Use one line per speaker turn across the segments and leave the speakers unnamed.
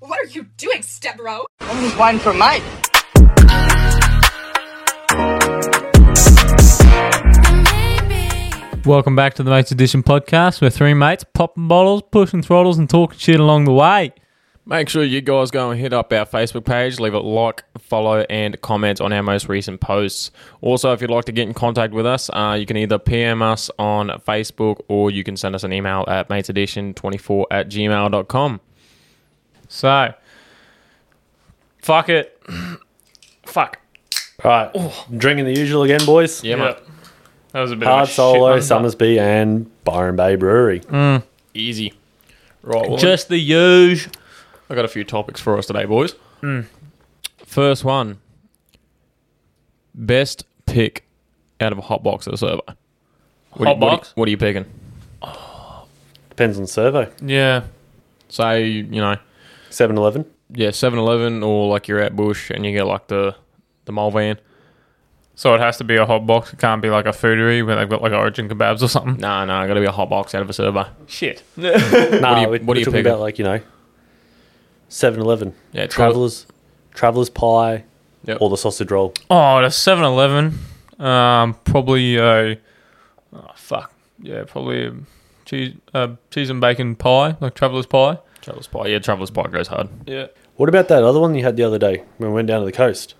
What are you doing, Stebro?
Only one for mine.
Welcome back to the Mates Edition podcast. We're three mates popping bottles, pushing throttles, and talking shit along the way.
Make sure you guys go and hit up our Facebook page, leave a like, follow, and comment on our most recent posts. Also, if you'd like to get in contact with us, uh, you can either PM us on Facebook or you can send us an email at matesedition24 at gmail.com.
So, fuck it. fuck.
Right. Drinking the usual again, boys.
Yeah, mate.
That was a bit of a
Hard
shit
Solo,
one,
Summersby, and Byron Bay Brewery.
Easy. Right.
but
Well,
Just the huge. Hmm.
I got a few topics for us today, boys. First one best pick out of a hot box at a server. What do you- what
Hot
do you-
box?
What are you picking?
Depends on servo.
Yeah.
Say, you know,
7 Eleven.
Yeah, 7-Eleven or like you're at Bush and you get like the the mall van.
So it has to be a hot box. It can't be like a foodery where they've got like origin kebabs or something.
Nah, nah, gotta be a hot box out of a server.
Shit.
Nah,
you-
we-
what
we're
do you
talking
pick?
about, like, you know, 7 Eleven.
Yeah, it's
Travelers, Travelers Pie,
Yep.
or the sausage roll.
Oh, the 7 Eleven. Um, probably a. Oh, fuck. Yeah, probably a cheese, uh, cheese and bacon pie, like Traveller's Pie.
Traveller's Pie. Yeah, Traveller's Pie goes hard. Uh,
Yeah.
What about that other one you had the other day when we went down to the coast?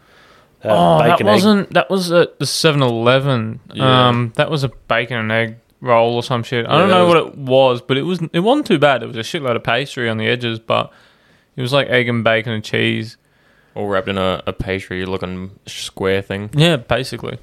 Uh,
Oh, that
egg.
wasn't. That was at the 7 Eleven.
Yeah.
Um, that was a bacon and egg roll or some shit. I don't
that
know
was-
what it was, but it, was, it wasn't too bad. It was a shitload of pastry on the edges, but it was like egg and bacon and cheese.
All wrapped in a, a pastry looking square thing.
Yeah, basically.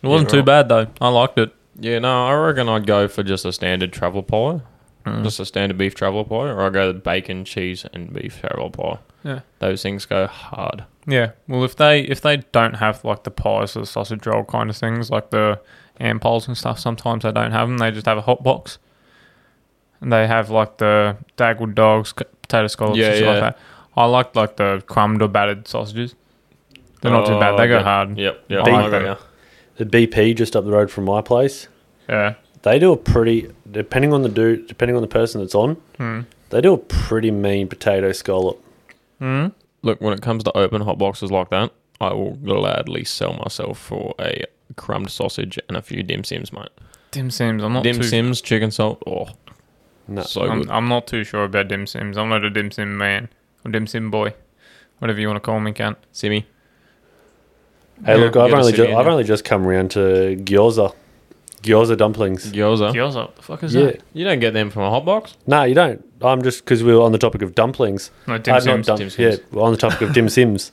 It wasn't too
right.
bad though. I liked it.
Yeah, no, I reckon I'd go for just a standard travel pie.
Mm.
Just a standard beef travel pie, or I go the bacon, cheese, and beef travel pie.
Yeah.
Those things go hard.
Yeah. Well, if they if they don't have like the pies or the sausage roll kind of things, like the ham poles and stuff, sometimes they don't have them. They just have a hot box, and they have like the daggled dogs, c- potato scallops,
Yeah,
and shit
yeah.
like that. I liked like the crumbed or battered sausages. They're not too bad. They
Oh,
go
yeah.
hard.
Yep, yep.
I
I
like
agree.
that.
The BP just up the road from my place.
Yeah.
They do a pretty, depending on the dude, depending on the person that's on,
Hmm.
they do a pretty mean potato scallop.
Look, when it comes to open hot boxes like that, I will gladly sell myself for a crumbed sausage and a few dim sims, mate.
Dim sims. I'm not
Dim
too.
sims, chicken salt. Oh,
No.
so good.
I'm, I'm not too sure about dim sims. I'm not a dim sim man or dim sim boy, whatever you want to call me, can't.
Simi.
Hey,
Yeah,
look, I've
gotta
only
sit
ju-
down
I've
now.
only just come round to gyoza, gyoza dumplings.
Gyoza.
Gyoza, what the fuck is
Yeah,
that?
You don't get them from a hot box.
no, you don't. I'm just because we were on the topic of dumplings.
No, dim
I've not
sims,
done-
dim sims.
Yeah, we're on the topic of dim sims,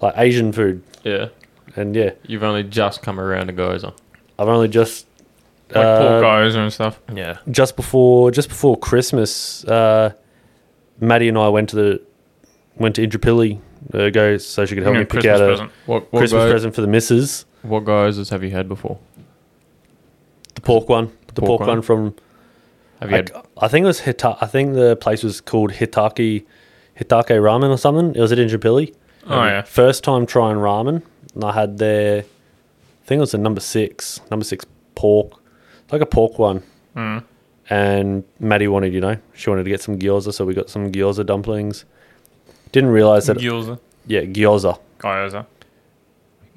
like Asian food,
Yeah.
and yeah,
You've only just come around to gyoza.
I've only just
Like
uh,
pork gyoza and stuff.
Yeah.
just before just before Christmas, uh, Maddie and I went to the went to Indrapilli uh, go so she could help
You know,
me pick out a
Mm, What what,
Christmas
gyo-
present for the missus.
what gyozas have you had before?
The pork one, the pork,
pork one.
one. from
Have you
I,
had?
I think it was Hita- I think the place was called Hitake Hitake Ramen or something. It was at Indrapilli.
Oh yeah.
First time trying ramen, and I had their I think it was the number six, number six pork, like a pork one.
Mm.
And Maddie wanted, you know, she wanted to get some gyoza, so we got some gyoza dumplings. Didn't realize that,
Gyoza.
yeah, gyoza,
Gyoza.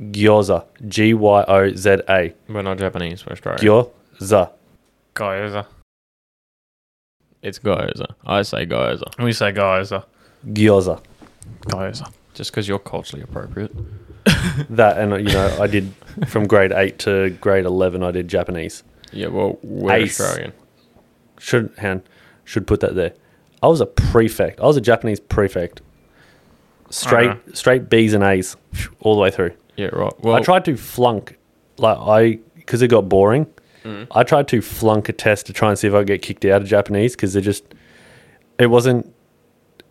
gyoza, G Y O Z A,
We're not Japanese. We're Australian.
gyoza.
Gyoza.
it's gyoza. I say gyoza
We say gyoza.
gyoza.
Gyoza.
just because you're culturally appropriate.
That and uh, you know, I did from grade eight to grade eleven. I did Japanese.
Yeah. Well, we're
Ace.
Australian.
Should hand should put that there. I was a prefect. I was a Japanese prefect. Straight
Uh-huh.
straight B's and A's phew, all the way through.
Yeah. Right. Well,
I tried to flunk, like I because it got boring. I tried to flunk a test to try and see if I could get kicked out of Japanese because it just it wasn't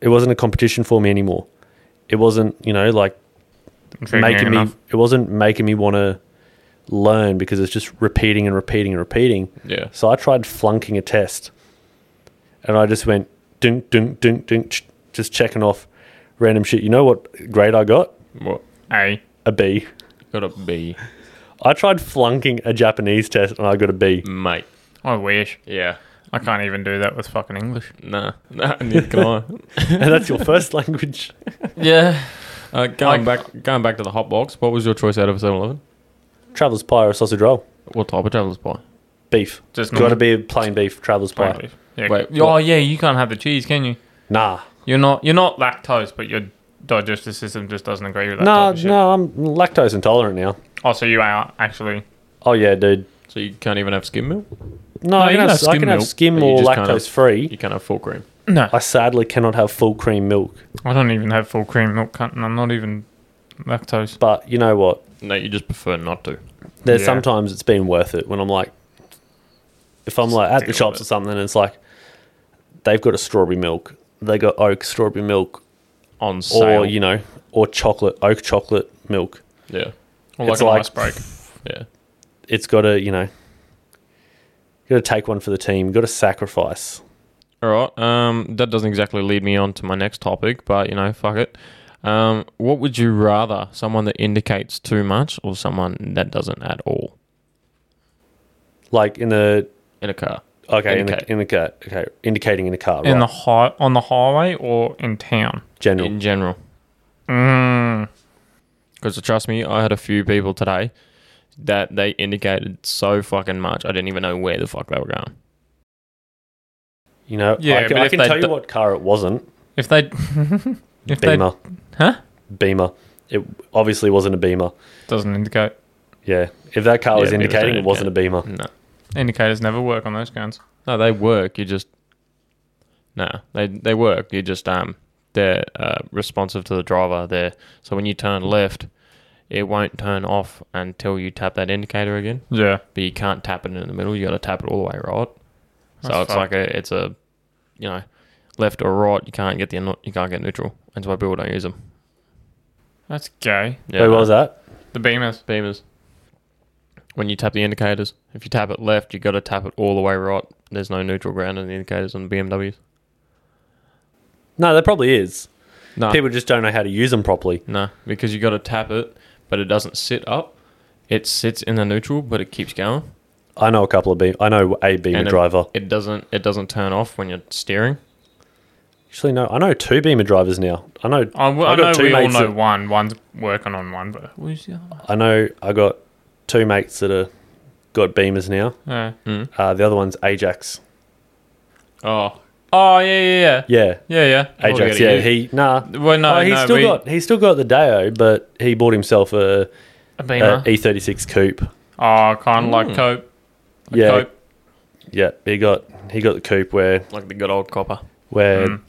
it wasn't a competition for me anymore. It wasn't you know like making me it wasn't making me want to learn because it's just repeating and repeating and repeating.
Yeah.
So I tried flunking a test, and I just went dunk dunk dunk dunk, ch- just checking off random shit. You know what grade I got?
What?
A.
A B.
Got a B,
I tried flunking a Japanese test and I got a B.
mate.
I wish.
Yeah.
I can't even do that with fucking English.
Nah, nah, neither can I.
and that's your first language.
yeah. Uh, going back, going back to the hot box. What was your choice out of 7-Eleven?
Traveller's pie or a sausage roll?
What type of traveller's pie?
Beef.
Just
Got to be a plain beef traveller's pie.
normal- Yeah.
Wait,
oh
what?
yeah, you can't have the cheese, can you?
Nah,
You're not. You're not lactose, but your digestive system just doesn't agree with that.
nah,
type of shit.
no. I'm lactose intolerant now.
Oh, so you are actually.
Oh yeah, dude.
So you can't even have skim milk.
No,
you
I can, have,
can have
I
skim
can
milk,
have skim
but you
or
just can't have-
lactose free.
You can't have full cream.
No,
I sadly cannot have full cream milk.
I don't even have full cream milk, cunt, and I'm not even lactose.
But you know what?
No, you just prefer not to.
There's
Yeah.
sometimes it's been worth it when I'm like, if I'm like at
deal
the
with
shops
it.
or something, and it's like they've got a strawberry milk, they got oak strawberry milk,
On
or
sale.
you know, or chocolate oak chocolate milk.
yeah.
Or like
It's
an
like-
ice break.
Yeah.
It's got to you know, got to take one for the team. Got to sacrifice.
All right. Um, that doesn't exactly lead me on to my next topic, but you know, fuck it. Um, what would you rather, someone that indicates too much or someone that doesn't at all
Like in the
in a car?
okay in
Indicate.
the in the car okay indicating in the car
In the
right
high, on the highway or in town.
general
In general,
Mm.
because trust me, I had a few people today that they indicated so fucking much. I didn't even know where the fuck they were going.
you know
Yeah,
I can,
but
I
if
can
they
tell you
do-
what car it wasn't
If they, if they
Beamer
Huh?
Beamer it obviously wasn't a Beamer
doesn't indicate.
yeah if that car
Yeah,
was
Beamers don't
indicating it wasn't a Beamer
No,
Indicators never work on those guns.
no, they work. You just no, they they work. You just um, they're uh, responsive to the driver there. So when you turn left, it won't turn off until you tap that indicator again.
Yeah.
but you can't tap it in the middle. You got to tap it all the way right. So
That's
it's like
fucked.
a, it's a, you know, left or right. You can't get the no- you can't get neutral. That's why people don't use them.
That's gay.
Yeah,
who was that
The beamers.
Beamers. When you tap the indicators, if you tap it left, you got to tap it all the way right. There's no neutral ground in the indicators on the BMWs.
no there probably is
No,
people just don't know how to use them properly
no, because you got to tap it, but it doesn't sit up. It sits in the neutral, but it keeps going.
I know a couple of Beam I know a Beamer
And it-
driver
It doesn't. It doesn't turn off when you're steering.
actually no I know two Beamer drivers now I know
I, w- I
I've
know
got two
we all
mates
know
that-
one. One's working on one, but who's the other? one?
I know I got two mates that are got Beamers now
Yeah.
Mm.
uh, the other one's Ajax
Oh. Oh yeah yeah yeah
yeah
yeah yeah.
Oh,
Ajax yeah he nah
Well, no,
oh, he's
no,
still
we-
got he's still got the Dayo, but he bought himself a,
A
a
beamer.
E36 coupe.
oh, kind of like
Mm.
cope. A
Hmm. yeah,
Cope.
yeah, he got he got the coupe where
like the good old copper.
where
Mm.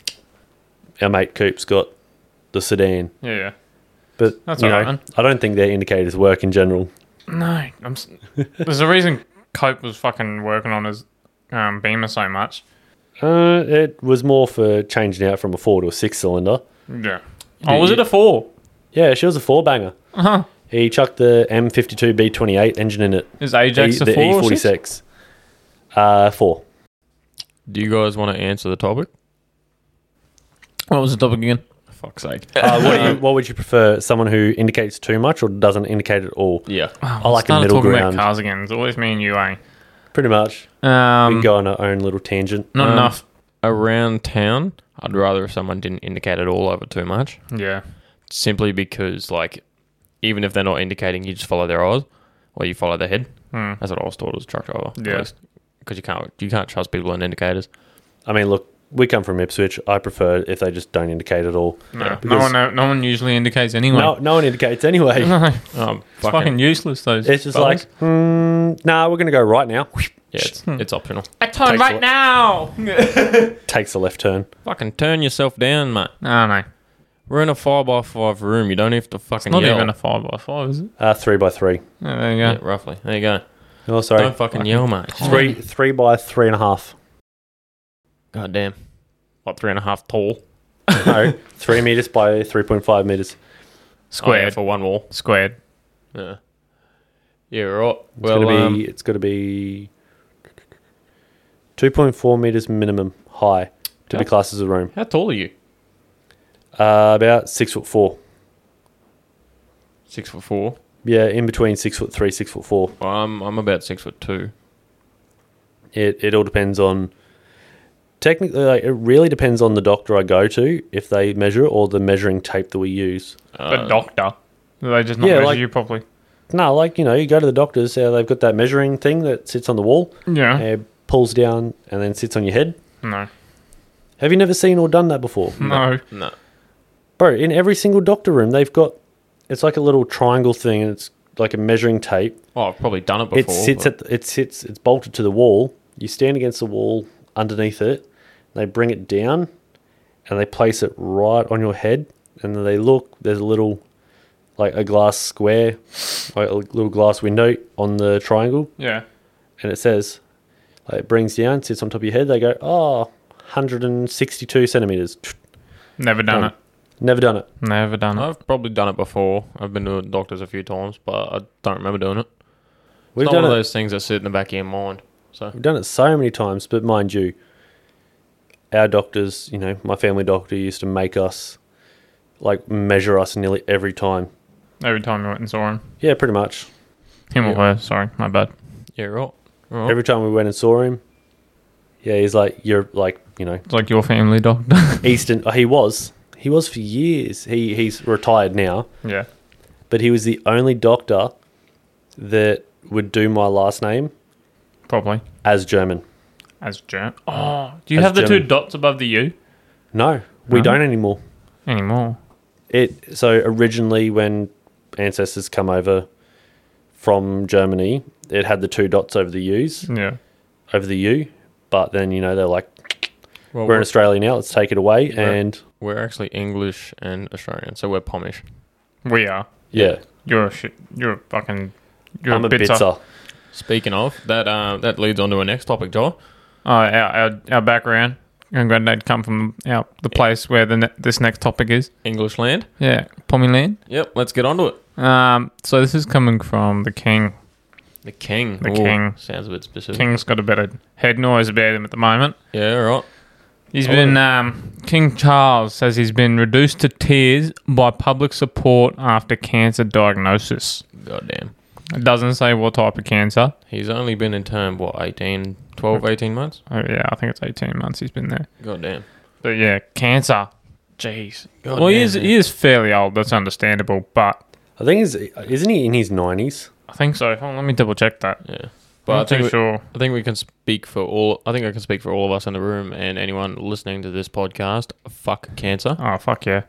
our mate Coupe's got the sedan.
Yeah. yeah.
But
That's
you know,
alright, man.
I don't think their indicators work in general.
No, I'm. s- There's a reason Cope was fucking working on his um, Beamer so much.
Uh, it was more for changing out from a four to a six cylinder.
Yeah.
Yeah,
Oh, was
you-
it a four?
Yeah, she was a four banger.
Uh-huh.
He chucked the M52 B28 engine in it.
Is
E-
Ajax a
the
four? Or six?
E46. Uh, four.
Do you guys want to answer the topic?
What was the topic again?
Fuck's sake.
Uh, what, do you, what would you prefer? Someone who indicates too much or doesn't indicate at all?
yeah.
I like a
Started
middle
Oh, talking
ground.
about cars again. It's always me and you, eh?
Pretty much.
Um,
we go on our own little tangent.
not
Um,
enough.
Around town, I'd rather if someone didn't indicate at all over too much,
Yeah.
simply because, like, even if they're not indicating, you just follow their eyes or you follow their head.
Mm.
That's what I was taught as a truck driver.
Yeah.
Because you can't, you can't trust people in indicators.
I mean, look, we come from Ipswich. I prefer if they just don't indicate at all.
No, no
because-
one, uh, no, no one usually indicates anyway.
No, no one indicates anyway.
No, it's
Um,
fucking, useless. Those.
It's just
fellas.
like, mm, nah, we're going to go right now.
Yeah, it's, it's optional.
I turn
takes
right
a-
now.
Takes a left turn.
Fucking turn yourself down, mate.
no, no,
We're in a 5x5 room. You don't have to fucking
not
yell.
even a five by five, is it?
Uh, three by three.
Yeah, there you go.
yeah, roughly. There you go.
Oh, sorry.
Don't fucking yell, mate.
Three, three by three and a half.
God damn. What, three and a half tall?
No, three meters by 3.5 meters.
Oh, yeah,
Squared,
for one wall.
squared.
Yeah. Yeah, right.
It's
Well,
going to
um,
be, it's gonna be 2.4 meters minimum high to be
That's-
classed as a room.
how tall are you?
Uh, about six foot four.
Six foot four.
Yeah, in between six foot three, six foot four.
Well, I'm I'm about six foot two.
It it all depends on technically, like, it really depends on the doctor I go to if they measure it or the measuring tape that we use.
Uh,
but doctor, they just not
Yeah,
measure
like-
you properly.
No, like you know, you go to the doctors. Uh, they've got that measuring thing that sits on the wall.
Yeah.
Uh, pulls down and then sits on your head.
No.
Have you never seen or done that before?
No.
No.
Bro, in every single doctor room, they've got it's like a little triangle thing, and it's like a measuring tape.
Oh, I've probably done it before.
it sits
but-
at it sits it's bolted to the wall. You stand against the wall underneath it. They bring it down, and they place it right on your head. And then they look. There's a little, like a glass square, like a little glass window on the triangle,
Yeah.
and it says, like it brings down, sits on top of your head. They go, oh, 162 centimeters.
Never done
Done. Never done it.
it. Never done it.
I've probably done it before. I've been to doctors a few times, but I don't remember doing it. It's
We've
not
done
one
it.
of those things that sit in the back of your mind. So
We've done it so many times, but mind you, our doctors, you know, my family doctor used to make us like measure us nearly every time.
Every time you went and saw him,
Yeah, pretty much.
him or
Yeah.
her. Sorry, my bad.
yeah, right. right.
Every time we went and saw him, yeah, he's like, you're like, you know,
It's like your family doctor.
Eastern. oh, He was, he was for years. He he's retired now,
yeah.
but he was the only doctor that would do my last name
Probably
as German.
as German. Oh, do you
As
have the two
German.
dots above the U
No, we
No?
don't anymore.
anymore?
it so originally when ancestors come over from Germany, it had the two dots over the U's
Yeah.
over the U, but then you know they're like
Well,
we're in
we're,
Australia now, let's take it away, and
we're actually English and Australian, so we're Pomish.
We are.
yeah,
You're a shit. You're a fucking. You're
I'm a
bitzer.
bitzer.
Speaking of that, uh, that leads on to our next topic, Joel.
Uh, our, our our background and granddad come from out the place where the ne- this next topic is.
English land.
Yeah, Pommy Land.
Yep, let's get on to it.
Um, so this is coming from the king.
The king.
The king.
Sounds a bit specific.
King's got a better head noise about him at the moment.
Yeah, right.
Oh,
He's been um, King Charles says he's been reduced to tears by public support after cancer diagnosis.
Goddamn.
It doesn't say what type of cancer.
He's only been in term, what, 18, 12,
Hmm.
18 months?
Oh yeah, I think it's eighteen months he's been there.
Goddamn.
But yeah, cancer. Jeez.
Oh,
God
well, he
damn,
is,
man.
he is fairly old. That's understandable. But
I think he's isn't he in his nineties?
I think so. Hold on, let me double check that.
Yeah.
I'm
But I
not too
think, we,
sure.
I think we can speak for all. I think I can speak for all of us in the room and anyone listening to this podcast. Fuck cancer.
Oh fuck yeah.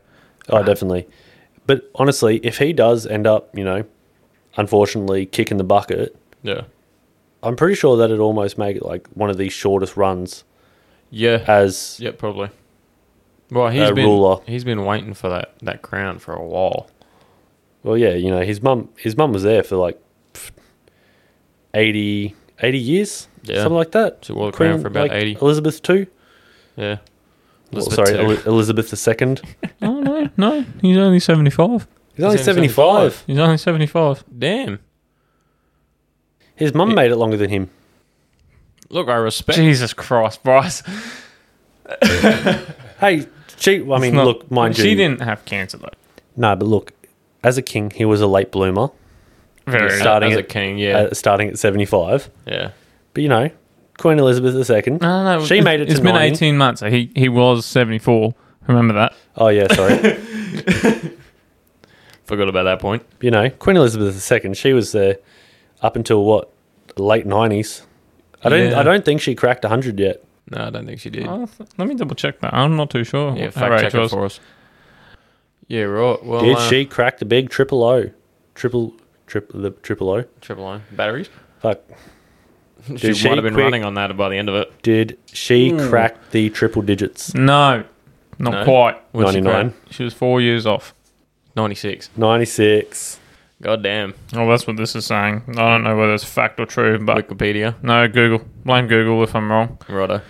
Oh, definitely. But honestly, if he does end up, you know, unfortunately kicking the bucket,
Yeah.
I'm pretty sure that it almost make it like one of the shortest runs
Yeah.
as
yeah. Probably. Well, he's
A
been
ruler.
he's been waiting for that that crown for a while.
Well, yeah, you know, his mum, his mum was there for like pff, 80, 80 years,
Yeah.
something like that.
She wore the crown for about 80.
Elizabeth two,
Yeah.
Well,
Elizabeth
oh, sorry,
too.
Eli- Elizabeth the second.
Oh no, no, he's only seventy five.
He's only
only
seventy five.
He's only seventy five.
Damn.
His mum made it longer than him.
Look, I respect.
Jesus Christ, Bryce.
Hey, she. well, I mean,
It's not-
look, mind
she
you,
didn't have cancer though.
No, but look, as a king, he was a late bloomer,
Very.
as-
Starting
as a
at-
king. Yeah.
uh, starting at seventy five.
yeah.
But you know, Queen Elizabeth the second,
No, no, no.
she
it's-
made it
It's
to
been
90.
eighteen months. He he was seventy four. Remember that?
Oh yeah, sorry.
Forgot about that point.
you know, Queen Elizabeth the second, she was there up until what late nineties. I don't.
Yeah.
I don't think she cracked hundred yet.
No, I don't think she did.
I don't th- Oh, let me double check that. I'm not too sure.
yeah.
what her
Fact
age
check it
was.
for us. Yeah. Right. Well.
Did
uh,
she crack the big triple O? Triple, triple, the triple O.
Triple O batteries.
Fuck.
she,
she
might have been
quick-
running on that by the end of it.
Did she
Hmm.
crack the triple digits?
No, not
No.
quite.
What'd she
99.
crack?
She was four years off.
96.
Ninety six.
God damn.
Oh, that's what this is saying. I don't know whether it's fact or true, but
Wikipedia.
no, Google. Blame Google if I'm wrong.
Righto.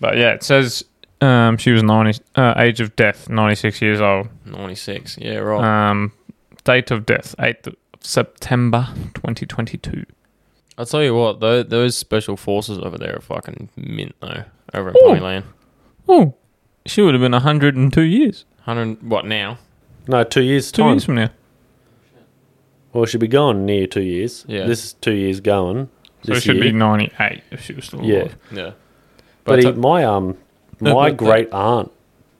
But yeah, it says um, she was 90, uh, age of death, 96 years old.
96. Yeah, right.
Um, date of death, 8th of September 2022.
I'll tell you what, though, those special forces over there are fucking mint, though, over in
Ooh.
Ponyland.
Oh, she would have been 102 years.
100, what now?
No, two years
Two
time.
years from now.
Well, she'll be gone near two years.
Yeah.
This is two years going.
So
This
she should
year.
be 98 if she was still alive.
Yeah.
Yeah.
But
But
he,
uh,
my um
No,
my
but the-
great aunt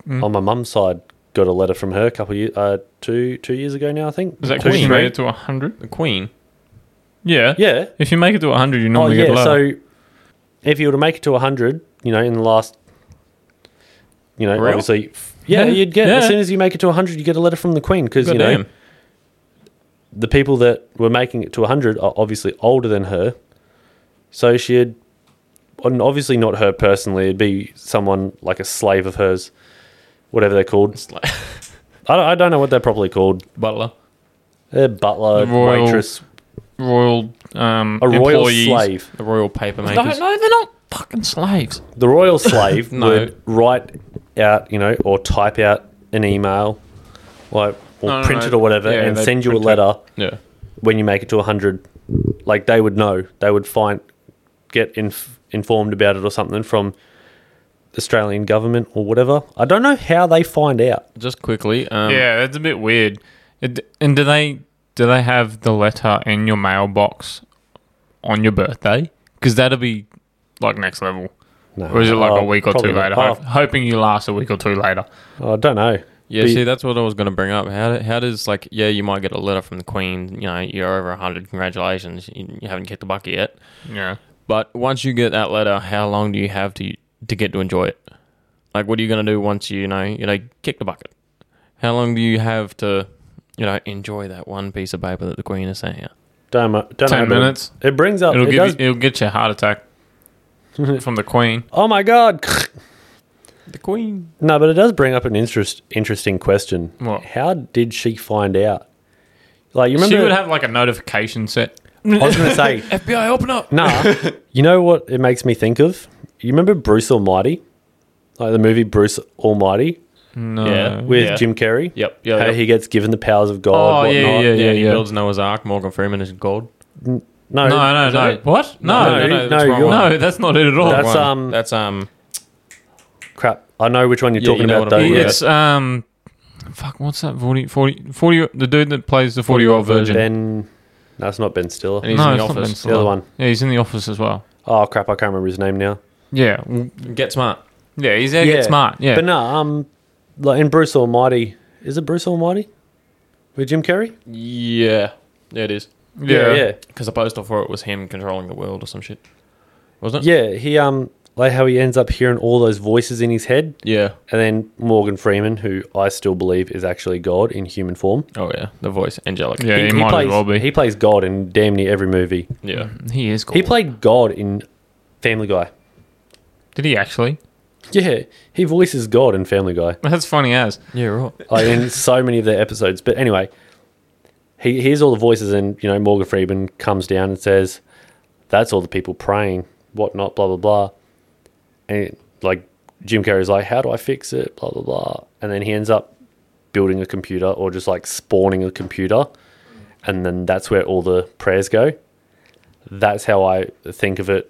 Hmm.
on my mum's side got a letter from her a couple of years, uh, two two years ago now I think.
Is that
Two,
cool? You
three.
made it to 100?
the Queen.
Yeah.
Yeah.
If you make it to 100, you
Oh
normally get
yeah.
lower.
So if you were to make it to hundred, you know, in the last, you know,
Real?
obviously, yeah,
Yeah,
you'd get as
yeah.
soon as you make it to hundred, you get a letter from the Queen because you know
Goddamn.
the people that were making it to 100 are obviously older than her. So she had, and obviously not her personally, it'd be someone like a slave of hers, whatever they're called.
It's like-
I don't, I don't know what they're probably called.
Butler.
A butler,
The royal
waitress,
royal um,
a royal
employees.
slave.
The royal paper
No,
makers.
no, they're not fucking slaves.
The royal slave
No.
would write out, you know, or type out an email, like, or
No, no,
print
no.
it or whatever,
Yeah,
and
they'd
send you a
print it.
letter.
Yeah.
when you make it to 100 like they would know they would find get inf- informed about it or something from the australian government or whatever i don't know how they find out
Just quickly. Um,
yeah, that's a bit weird. It, and do they do they have the letter in your mailbox on your birthday? Because that'll be like next level.
no,
Or is it like
oh,
a week or
probably
two
not.
later? Ho- hoping you last a week or two later.
Oh, i don't know
Yeah,
But-
see, that's what I was going to bring up. How, do- how does, like, yeah, you might get a letter from the Queen, you know, you're over 100, congratulations, you, you haven't kicked the bucket yet.
Yeah.
But once you get that letter, how long do you have to to get to enjoy it? Like, what are you going to do once you, you know, you know, kick the bucket? How long do you have to, you know, enjoy that one piece of paper that the Queen is sending out?
don't, mo- uh, don't know
Ten
but it-
minutes.
it, brings up
It'll
Oh, it
give
does-
you, it'll get you a heart attack from the Queen.
oh my god
The Queen.
no but it does bring up an interest interesting question
What?
how did she find out like you remember
she would have like a notification set.
i was going to say
FBI, open up.
Nah. you know what it makes me think of? You remember Bruce Almighty? Like the movie Bruce Almighty
No.
Yeah.
with
Uh, Yeah.
Jim Carrey?
Yep. Yeah.
How
yep.
he gets given the powers of God.
Oh,
whatnot.
yeah, yeah,
yeah,
yeah,
he
yeah.
builds Noah's Ark. Morgan Freeman is gold.
No,
No, no,
Is
no.
that it?
What? No,
No,
no, no.
no,
that's wrong
you're-
one.
No, that's not it at all.
Wrong
That's,
one.
um,
That's um.
crap. I know which one you're
Oh, Yeah,
talking
you know
about,
what
though.
I'm
yeah.
talking
It's um, fuck, what's that? 40, 40, 40 the dude that plays the forty-year-old virgin.
Ben. No, it's not Ben Stiller.
And he's
no,
in the
it's not Ben
office.
Stiller.
The other one.
Yeah, he's in the office as well.
Oh, crap. I can't remember his name now.
Yeah, w-
Get smart.
yeah, he's there. Yeah. smart. Yeah,
But no, um, like in Bruce Almighty. Is it Bruce Almighty? With Jim Carrey?
Yeah. Yeah, it is.
yeah,
Yeah.
Because the poster for it was him controlling the world or some shit, wasn't it?
Yeah. He, um, like how he ends up hearing all those voices in his head.
Yeah.
And then Morgan Freeman, who I still believe is actually God in human form.
Oh yeah, the voice, angelic.
Yeah, he, might
plays,
as well be.
He plays God in damn near every movie.
Yeah.
he is cool.
He played God in Family Guy.
Did he actually?
Yeah, he voices God in Family Guy,
That's funny as.
Yeah. Right.
like in so many of their episodes. But anyway, he hears all the voices, and you know Morgan Freeman comes down and says, "That's all the people praying, whatnot, blah blah blah," and like Jim Carrey's like, "How do I fix it?" Blah blah blah, and then he ends up building a computer or just like spawning a computer, and then that's where all the prayers go. That's how I think of it.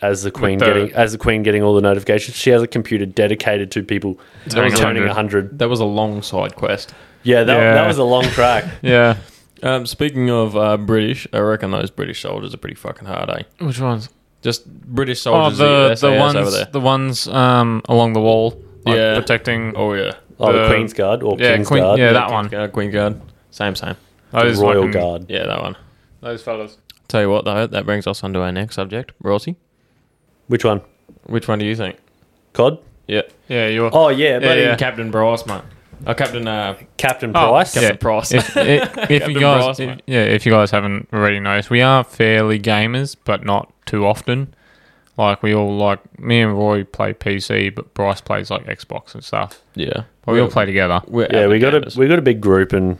As the queen
the-
getting, as the queen getting all the notifications, she has a computer dedicated to people
Turning
turning
100.
hundred.
That was a long side quest.
Yeah, that,
Yeah.
that was a long track.
Yeah,
Um, speaking of uh, British, I reckon those British soldiers are pretty fucking hard, eh?
which ones?
Just British
Oh,
soldiers.
the the
SAS over
ones
there.
the ones um along the wall, like
Yeah.
protecting.
Oh yeah.
Oh, the
The-
Queen's Guard or
yeah,
King's
Queen-
Guard.
yeah, that one.
Guard, Queen Guard. Same, same.
The
Those
Royal
fucking-
Guard.
Yeah, that one.
Those fellas.
Tell you what, though, that brings us on to our next subject, royalty.
Which one?
Which one do you think?
Cod?
Yeah.
Yeah, you're.
Oh, yeah, but
yeah.
Captain Bryce, mate. Oh, Captain uh,
Captain
Oh,
Price.
Captain Price.
if, if, if
Captain
you guys,
Brass, mate.
if- yeah, if you guys haven't already noticed, we are fairly gamers, but not too often. Like we all like me and Roy play PC, but Bryce plays like Xbox and stuff.
yeah.
But we all play together.
We're
Yeah, we got
avid
a
gamers.
we got a big group and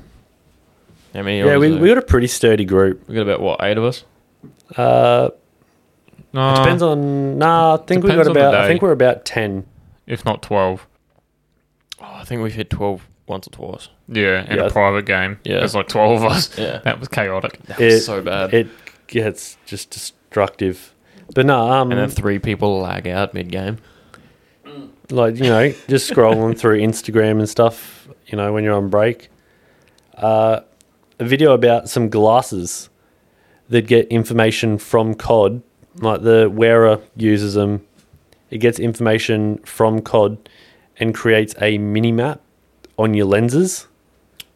How many
yeah,
hours
we,
is
we
it?
got a pretty sturdy group.
we got about what eight of us.
Uh,
No,
depends on nah. I think we got
Uh-huh. Depends on the
about I
day.
think we're about ten.
if not twelve.
Oh, I think we've hit 12 once or twice.
Yeah, in
Yeah.
a private game.
Yeah.
there's like twelve of us.
Yeah.
that was chaotic.
That
It-
was so bad.
It gets just destructive. But no, um,
and then three people lag out mid game.
like you know, just scrolling through Instagram and stuff. You know, when you're on break, uh, a video about some glasses that get information from COD. Like the wearer uses them, It gets information from COD and creates a mini map on your lenses,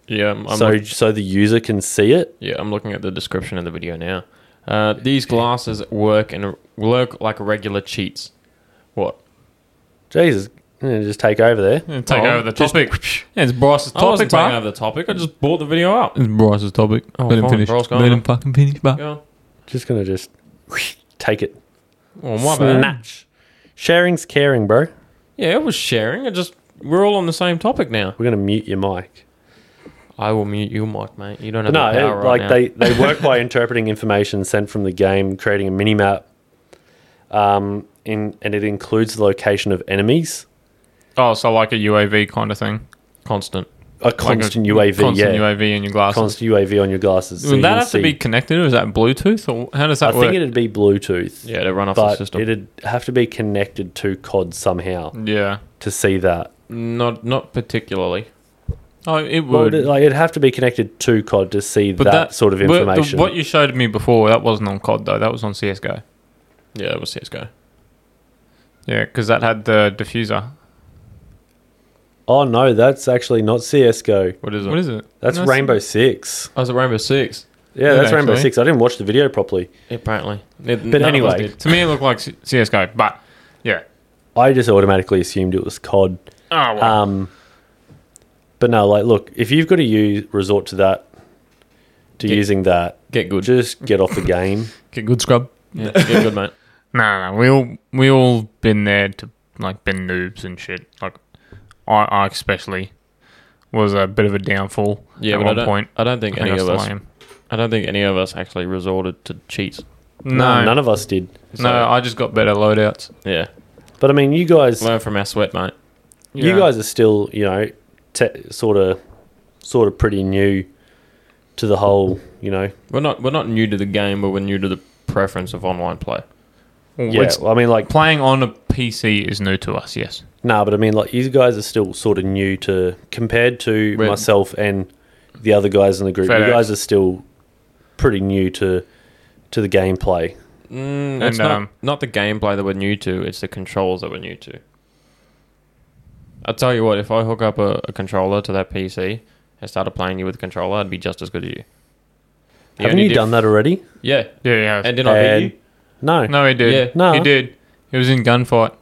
Yeah, I'm, I'm
so
look-
so the user can see it.
yeah, I'm looking at the description of the video now. Uh, these glasses work and work like regular cheats. What?
Jesus, yeah, just take over there.
Take
Oh,
over the
just-
topic. yeah, it's Bryce's
I wasn't
topic,
taking
bro.
over the topic. I just brought the video up.
It's Bryce's topic.
Oh,
Let him
fine,
finish.
Bryce, go
Let
on.
him fucking finish, bro.
Go on.
Just gonna just take it.
Well, Oh, my bad.
Snatch. Sharing's caring, bro.
Yeah, it was sharing. I just we're all on the same topic now.
We're gonna mute your mic.
I will mute you, Mike, mate. You don't have
No,
the
it-
power right
like
now.
they, they work by interpreting information sent from the game, creating a mini map, um, in, and it includes the location of enemies.
Oh, so like a UAV kind of thing.
constant.
A constant
like a
UAV,
Constant
yeah,
UAV in your glasses.
constant UAV on your glasses. so
Would
you
that
can
have to be
see-
connected, or is that Bluetooth, or how does
I
that
think
work?
it'd be Bluetooth,
Yeah, they run off the
but
system.
it'd have to be connected to COD somehow
yeah.
to see that.
Not not particularly.
Oh, it
Well,
would.
it- like it'd have to be connected to COD to see that,
but that,
sort of
but the-
information.
what you showed me before, that wasn't on COD though. That was on CS:GO.
Yeah, it was CS:GO.
Yeah, because that had the diffuser.
oh no, that's actually not CS:GO.
What is it?
What is it?
That's
No,
Rainbow Six.
Oh, is it Rainbow Six?
Yeah, that's Rainbow
actually.
Six. I didn't watch the video properly.
Apparently.
But anyway.
To me, it looked like C- CS:GO, but yeah.
I just automatically assumed it was COD.
Oh well.
Um, but no, like, look, if you've got to use resort to that, to
Get-
using that,
get good.
just get off the game.
Get good scrub.
Yeah, get good, mate.
No, no, we all we all been there to like been noobs and shit. Like I, I especially was a bit of a downfall
Yeah,
at
but I
one
don't,
point.
I don't think
I
any
think I
of
still
us.
am.
I don't think any of us actually resorted to cheats.
No,
none of us did.
no, I just got better loadouts.
Yeah,
But I mean, you guys,
learn from our sweat, mate.
Yeah.
you guys are still, you know, te- sort of, sort of pretty new to the whole, you know.
We're not we're not new to the game, but we're new to the preference of online play.
Well,
Yeah,
it's-
well, I mean, like,
playing on a PC is new to us. Yes.
nah, but I mean, like, you guys are still sort of new to compared to
We're-
myself and the other guys in the group.
FedEx.
You guys are still pretty new to to the gameplay.
Mm,
And,
it's not,
um,
not the gameplay that we're new to; it's the controls that we're new to. I tell you what, if I hook up a, a controller to that PC and started playing you with a controller, I'd be just as good as you. The
Haven't
only
you
diff-
done that already?
Yeah,
Yeah, yeah.
and did I beat
And-
you?
No.
no, he did.
Yeah.
No.
he did. He was in gunfight.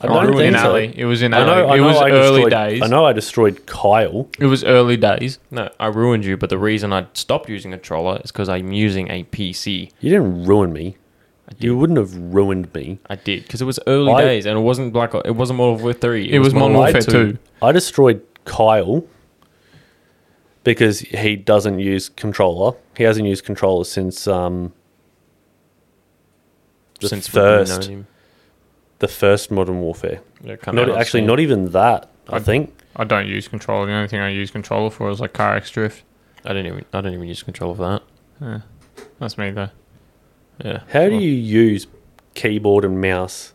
I
don't
in
think so.
alley. It was in
I
alley.
know, I
it
know
was
I
early
destroyed,
days.
I know I destroyed Kyle.
It was early days.
No, I ruined you. But the reason I stopped using a controller is because I'm using a PC.
You didn't ruin me. You wouldn't have ruined me.
I did because it was early
I-
days and it wasn't Black. It wasn't Modern Warfare Three.
It, was, Modern Warfare
Two.
2.
I destroyed Kyle because he doesn't use controller. He hasn't used controller since um, the
Since we've known
first,
him.
the first Modern Warfare.
Yeah, come
Not e-,
out, I've
actually,
seen
not even that. I
I-
think
I don't use controller. The only thing I use controller for is like car X drift.
it. I didn't even. I didn't even use controller for that.
That's me though.
Yeah.
how do you use keyboard and mouse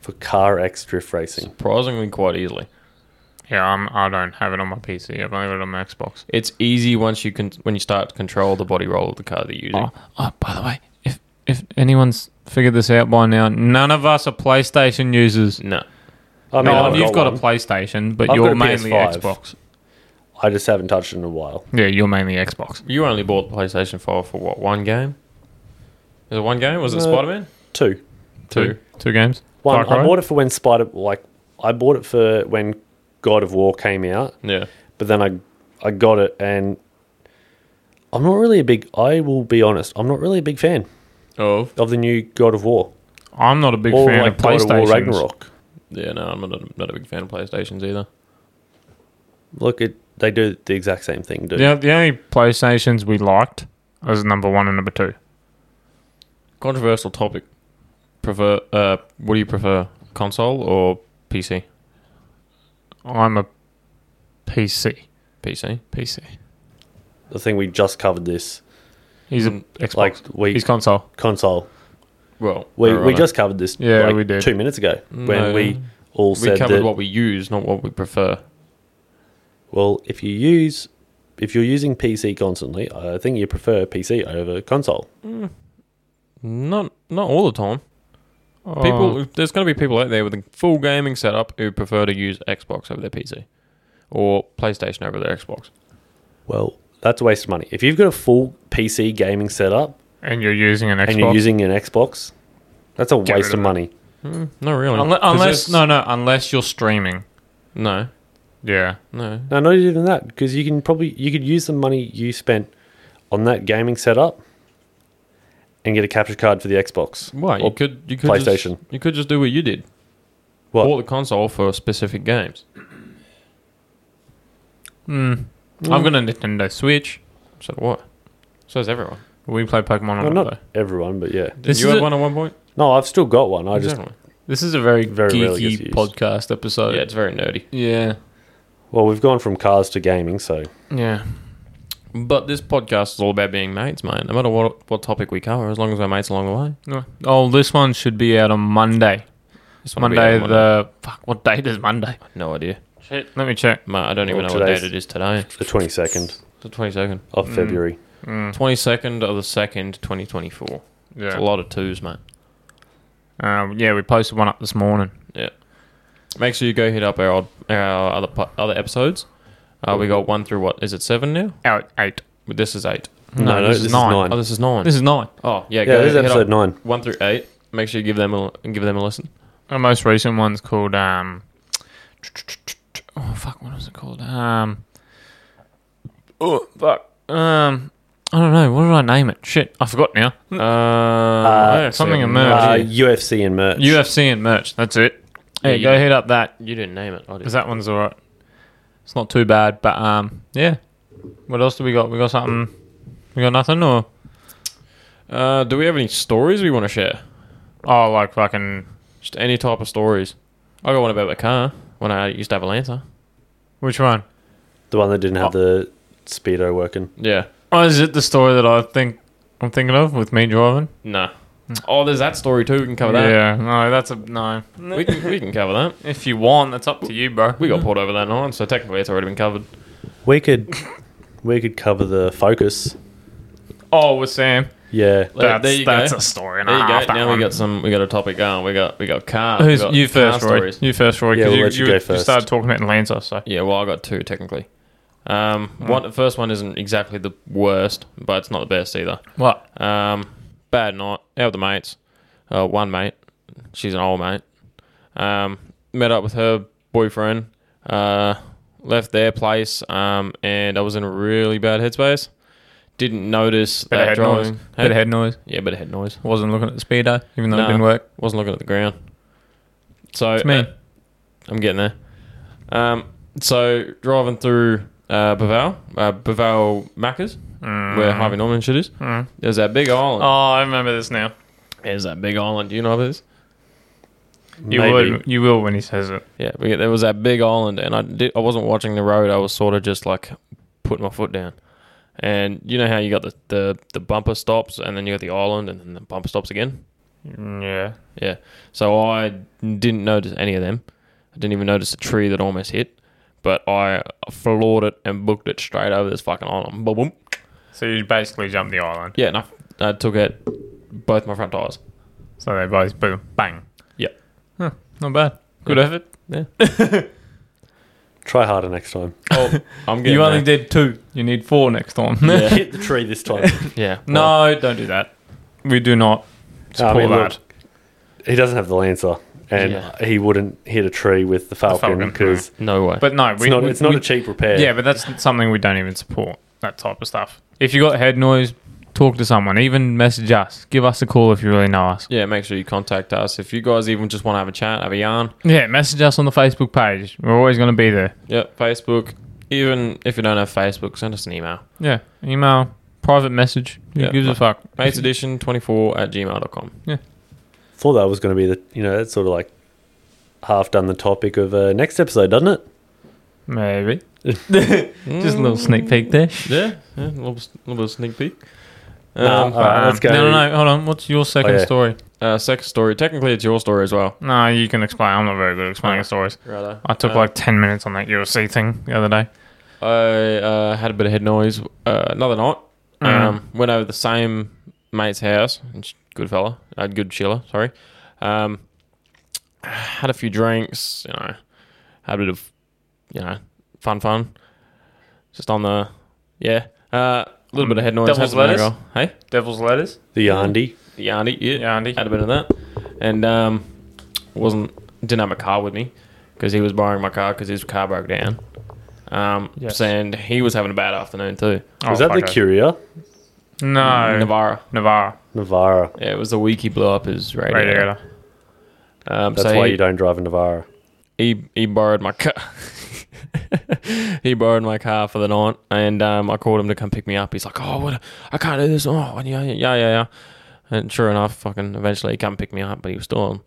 for car X drift racing?
Surprisingly, quite easily.
Yeah, I'm. I don't have it on my PC. I've only got it on my Xbox.
It's easy once you can when you start to control the body roll of the car that you're using.
Oh, oh, by the way, if if anyone's figured this out by now, none of us are PlayStation users.
No,
I
No,
I've
you've got,
one.
a PlayStation, but
I've got
you're
a
mainly
PS5.
Xbox.
I just haven't touched it in a while.
Yeah, you're mainly Xbox.
you only bought the PlayStation Five for what? One game? Is it one game? Was it
Uh,
Spider Man?
Two.
Two two games.
One,
Far Cry?
I bought it for when Spider like I bought it for when God of War came out,
Yeah.
but then I I got it and I'm not really a big I will be honest, I'm not really a big fan
Of.
of the new God of War
I'm not a big
or
fan
like
of
God of War
PlayStation.
Ragnarok.
Yeah. No, I'm not a, not a big fan of PlayStations either.
Look, it they do the exact same thing, dude.
Yeah, the only PlayStations we liked was number one and number two.
Controversial topic. Prefer. Uh, what do you prefer, console or PC?
I'm a PC.
PC.
PC.
I think we just covered this
He's a
Mm,
Xbox.
like we
He's console.
console.
Well,
We
alright.
we just covered this
Yeah,
like,
we did. Mm,
two minutes ago when
No.
we all
we
said
covered
that,
what we use, not what we prefer.
well if you use if you're using PC constantly, I think you prefer PC over console.
Not not all the time.
Oh.
People, there's going to be people out there with a full gaming setup who prefer to use Xbox over their PC or PlayStation over their Xbox.
Well, that's a waste of money. If you've got a full PC gaming setup
and you're using an Xbox.
and you're using an Xbox, that's a
Get rid
waste of
of it.
money.
No, really.
Unle-
'Cause
unless
there's-
no no unless you're streaming.
no,
Yeah.
no.
No, not even that, because you can probably you could use the money you spent on that gaming setup and get a capture card for the Xbox.
Why you
Or
could you could
PlayStation.
Just, you could just do what you did.
What?
Bought the console for specific games.
I've got a Nintendo Switch.
So what? So is everyone.
We play Pokemon on
Well,
it,
not
though.
everyone, but yeah.
Did
This
you
is
have
a-
one at one point?
No, I've still got one. I just
Everyone.
This is a very,
Very rarely gets
geeky
used.
podcast episode.
yeah, it's very nerdy.
yeah.
well, we've gone from cars to gaming, so
Yeah.
But this podcast is all about being mates, mate. No matter what what topic we cover, as long as we're mates along the way.
No. Oh, this one should be out on Monday.
This one will be
Monday
out on
the fuck. What date is Monday?
No idea.
Shit. Let me check.
Mate, I don't even
Well,
know what date
today's-
it is today.
the twenty second
The twenty second.
of February.
Twenty second Hmm. of the second, twenty twenty four. It's a
Yeah.
lot of twos, mate.
Um, yeah, we posted one up this morning.
Yeah. Make sure you go hit up our old, our other po- other episodes. Uh, we got one through what is it seven now?
Out eight.
But This is eight.
No, no, this is nine.
Oh, this is nine.
This is nine.
oh, yeah.
Yeah, this is
hit
episode
up
nine.
One through eight. Make sure you give them a give them a listen.
Our most recent one's called um. Oh fuck! What was it called? Um. Oh fuck. Um. I don't know. What did I name it? Shit, I forgot now.
Uh,
yeah, something
so-
emerged.
Uh,
Uh,
UFC and merch.
UFC and merch. That's it. Yeah,
you
go
did.
hit up that
you didn't name it. I did.
because that one's all right. It's not too bad, but um, yeah. What else do we got? We got something. We got nothing, or
Uh, do we have any stories we want to share?
oh, like fucking
Just any type of stories. I got one about my car when I used to have a Lancer.
which one?
The one that didn't have the speedo working.
Yeah.
Oh, is it the story that I think I'm thinking of with me driving?
Nah. Oh, there's that story too. We can cover that.
Yeah, no, that's a no.
We can, we can cover that.
If you want, that's up to you, bro.
We got pulled over that night, so technically it's already been covered.
We could we could cover the focus.
oh with Sam.
Yeah.
There-
That's,
there you
that's
go.
a story. And
There
a
you go.
half, that
Now
one.
we got some. We got a topic going. We got we got cars. we
Who's
got
you
car
first, Roy?
stories.
You first, Roy.
Yeah,
'cause
we'll
you,
let you
you,
go
You
first.
started talking about Atlanta, so
Yeah. Well, I got two technically. Um,
Hmm.
one the first one isn't exactly the worst, but it's not the best either.
what?
Um, bad night out with the mates. Uh, one mate, she's an old mate. Um, met up with her boyfriend. Uh, left their place. Um, and I was in a really bad headspace. Didn't notice
Bit of
that
head
driving.
noise.
Hey?
Bit of head noise.
Yeah, bit of head noise.
Wasn't looking at the speedo, even though
Nah.
it didn't work.
Wasn't looking at the ground. So
It's me.
uh, I'm getting there. Um, so driving through uh, Baval, uh, Baval Macca's, where
Mm-hmm.
Harvey Norman shit is. There's that big island.
Mm. Oh, I remember this now. Oh.
There's that big island. Do you know what it is?
You
Maybe.
will. You will when he says it.
Yeah, we, there was that big island, and I did, I wasn't watching the road. I was sort of just like putting my foot down. And you know how you got the, the, the bumper stops, and then you got the island, and then the bumper stops again.
Yeah.
Yeah. So I didn't notice any of them. I didn't even notice a tree that almost hit, but I floored it and booked it straight over this fucking island. Boom, boom.
So you basically jumped the island.
Yeah, and I, I took out both my front tires.
So they both boom bang.
Yeah.
Huh, not bad. Good
Yeah.
effort.
Yeah.
Try harder next time.
Oh, I'm getting
you only
there.
did two. You need four next time.
Yeah.
Hit the tree this time.
yeah. well,
no, don't do that. We do not
I
support
mean, look,
that.
he doesn't have the Lancer, and
Yeah.
he wouldn't hit a tree with the Falcon
Falcon,
because
no way.
But no,
it's
we,
not.
we-
It's not
we-
a cheap repair.
Yeah, but that's something we don't even support. That type of stuff. If you got head noise, talk to someone. Even message us. Give us a call if you really know us.
Yeah, make sure you contact us if you guys even just want to have a chat, have a yarn.
Yeah, message us on the Facebook page. We're always going to be there.
Yeah, Facebook. Even if you don't have Facebook, send us an email.
Yeah, email, private message. Who
Yeah.
gives a fuck?
Mates edition 24 at gmail.com.
thought that was going to be the. You know, that's sort of like half done the topic of uh, next episode, doesn't it?
Maybe. Just a little sneak peek there.
Yeah, yeah a little, little bit of sneak peek.
Nah,
Um,
all right, let's go.
No,
Oh,
no, no. Hold on. What's your second
yeah.
story?
uh, second story. Technically, it's your story as well.
No, you can explain. I'm not very good at explaining stories.
Right.
I took like 10 minutes on that UFC thing the other day.
I uh, had a bit of head noise uh, another night.
Mm-hmm.
Um, Went over the same mate's house. and sh- Good fella. Uh, good chiller, sorry. Um, had a few drinks, you know, had a bit of, you know, fun, fun. Just on the, yeah, uh, a little bit of head noise.
Devil's
had some
lettuce?
vinegar. Hey,
Devil's Letters.
The Yandi.
the Andy, yeah,
Yeah, Andy.
had a bit of that, and um, wasn't didn't have my car with me because he was borrowing my car because his car broke down. Um,
Yes.
and he was having a bad afternoon too.
Was
Oh,
that the
fuck it.
Curia?
No.
Navarra,
Navara.
Navara.
yeah, it was the week he blew up his radio.
Radiator.
Um,
That's
so
why
he-
you don't drive a Navara.
he he borrowed my car. he borrowed my car for the night, and um, I called him to come pick me up. He's like, "Oh, what? I can't do this." Oh, yeah, yeah, yeah, yeah. And sure enough, fucking eventually he come pick me up, but he was still a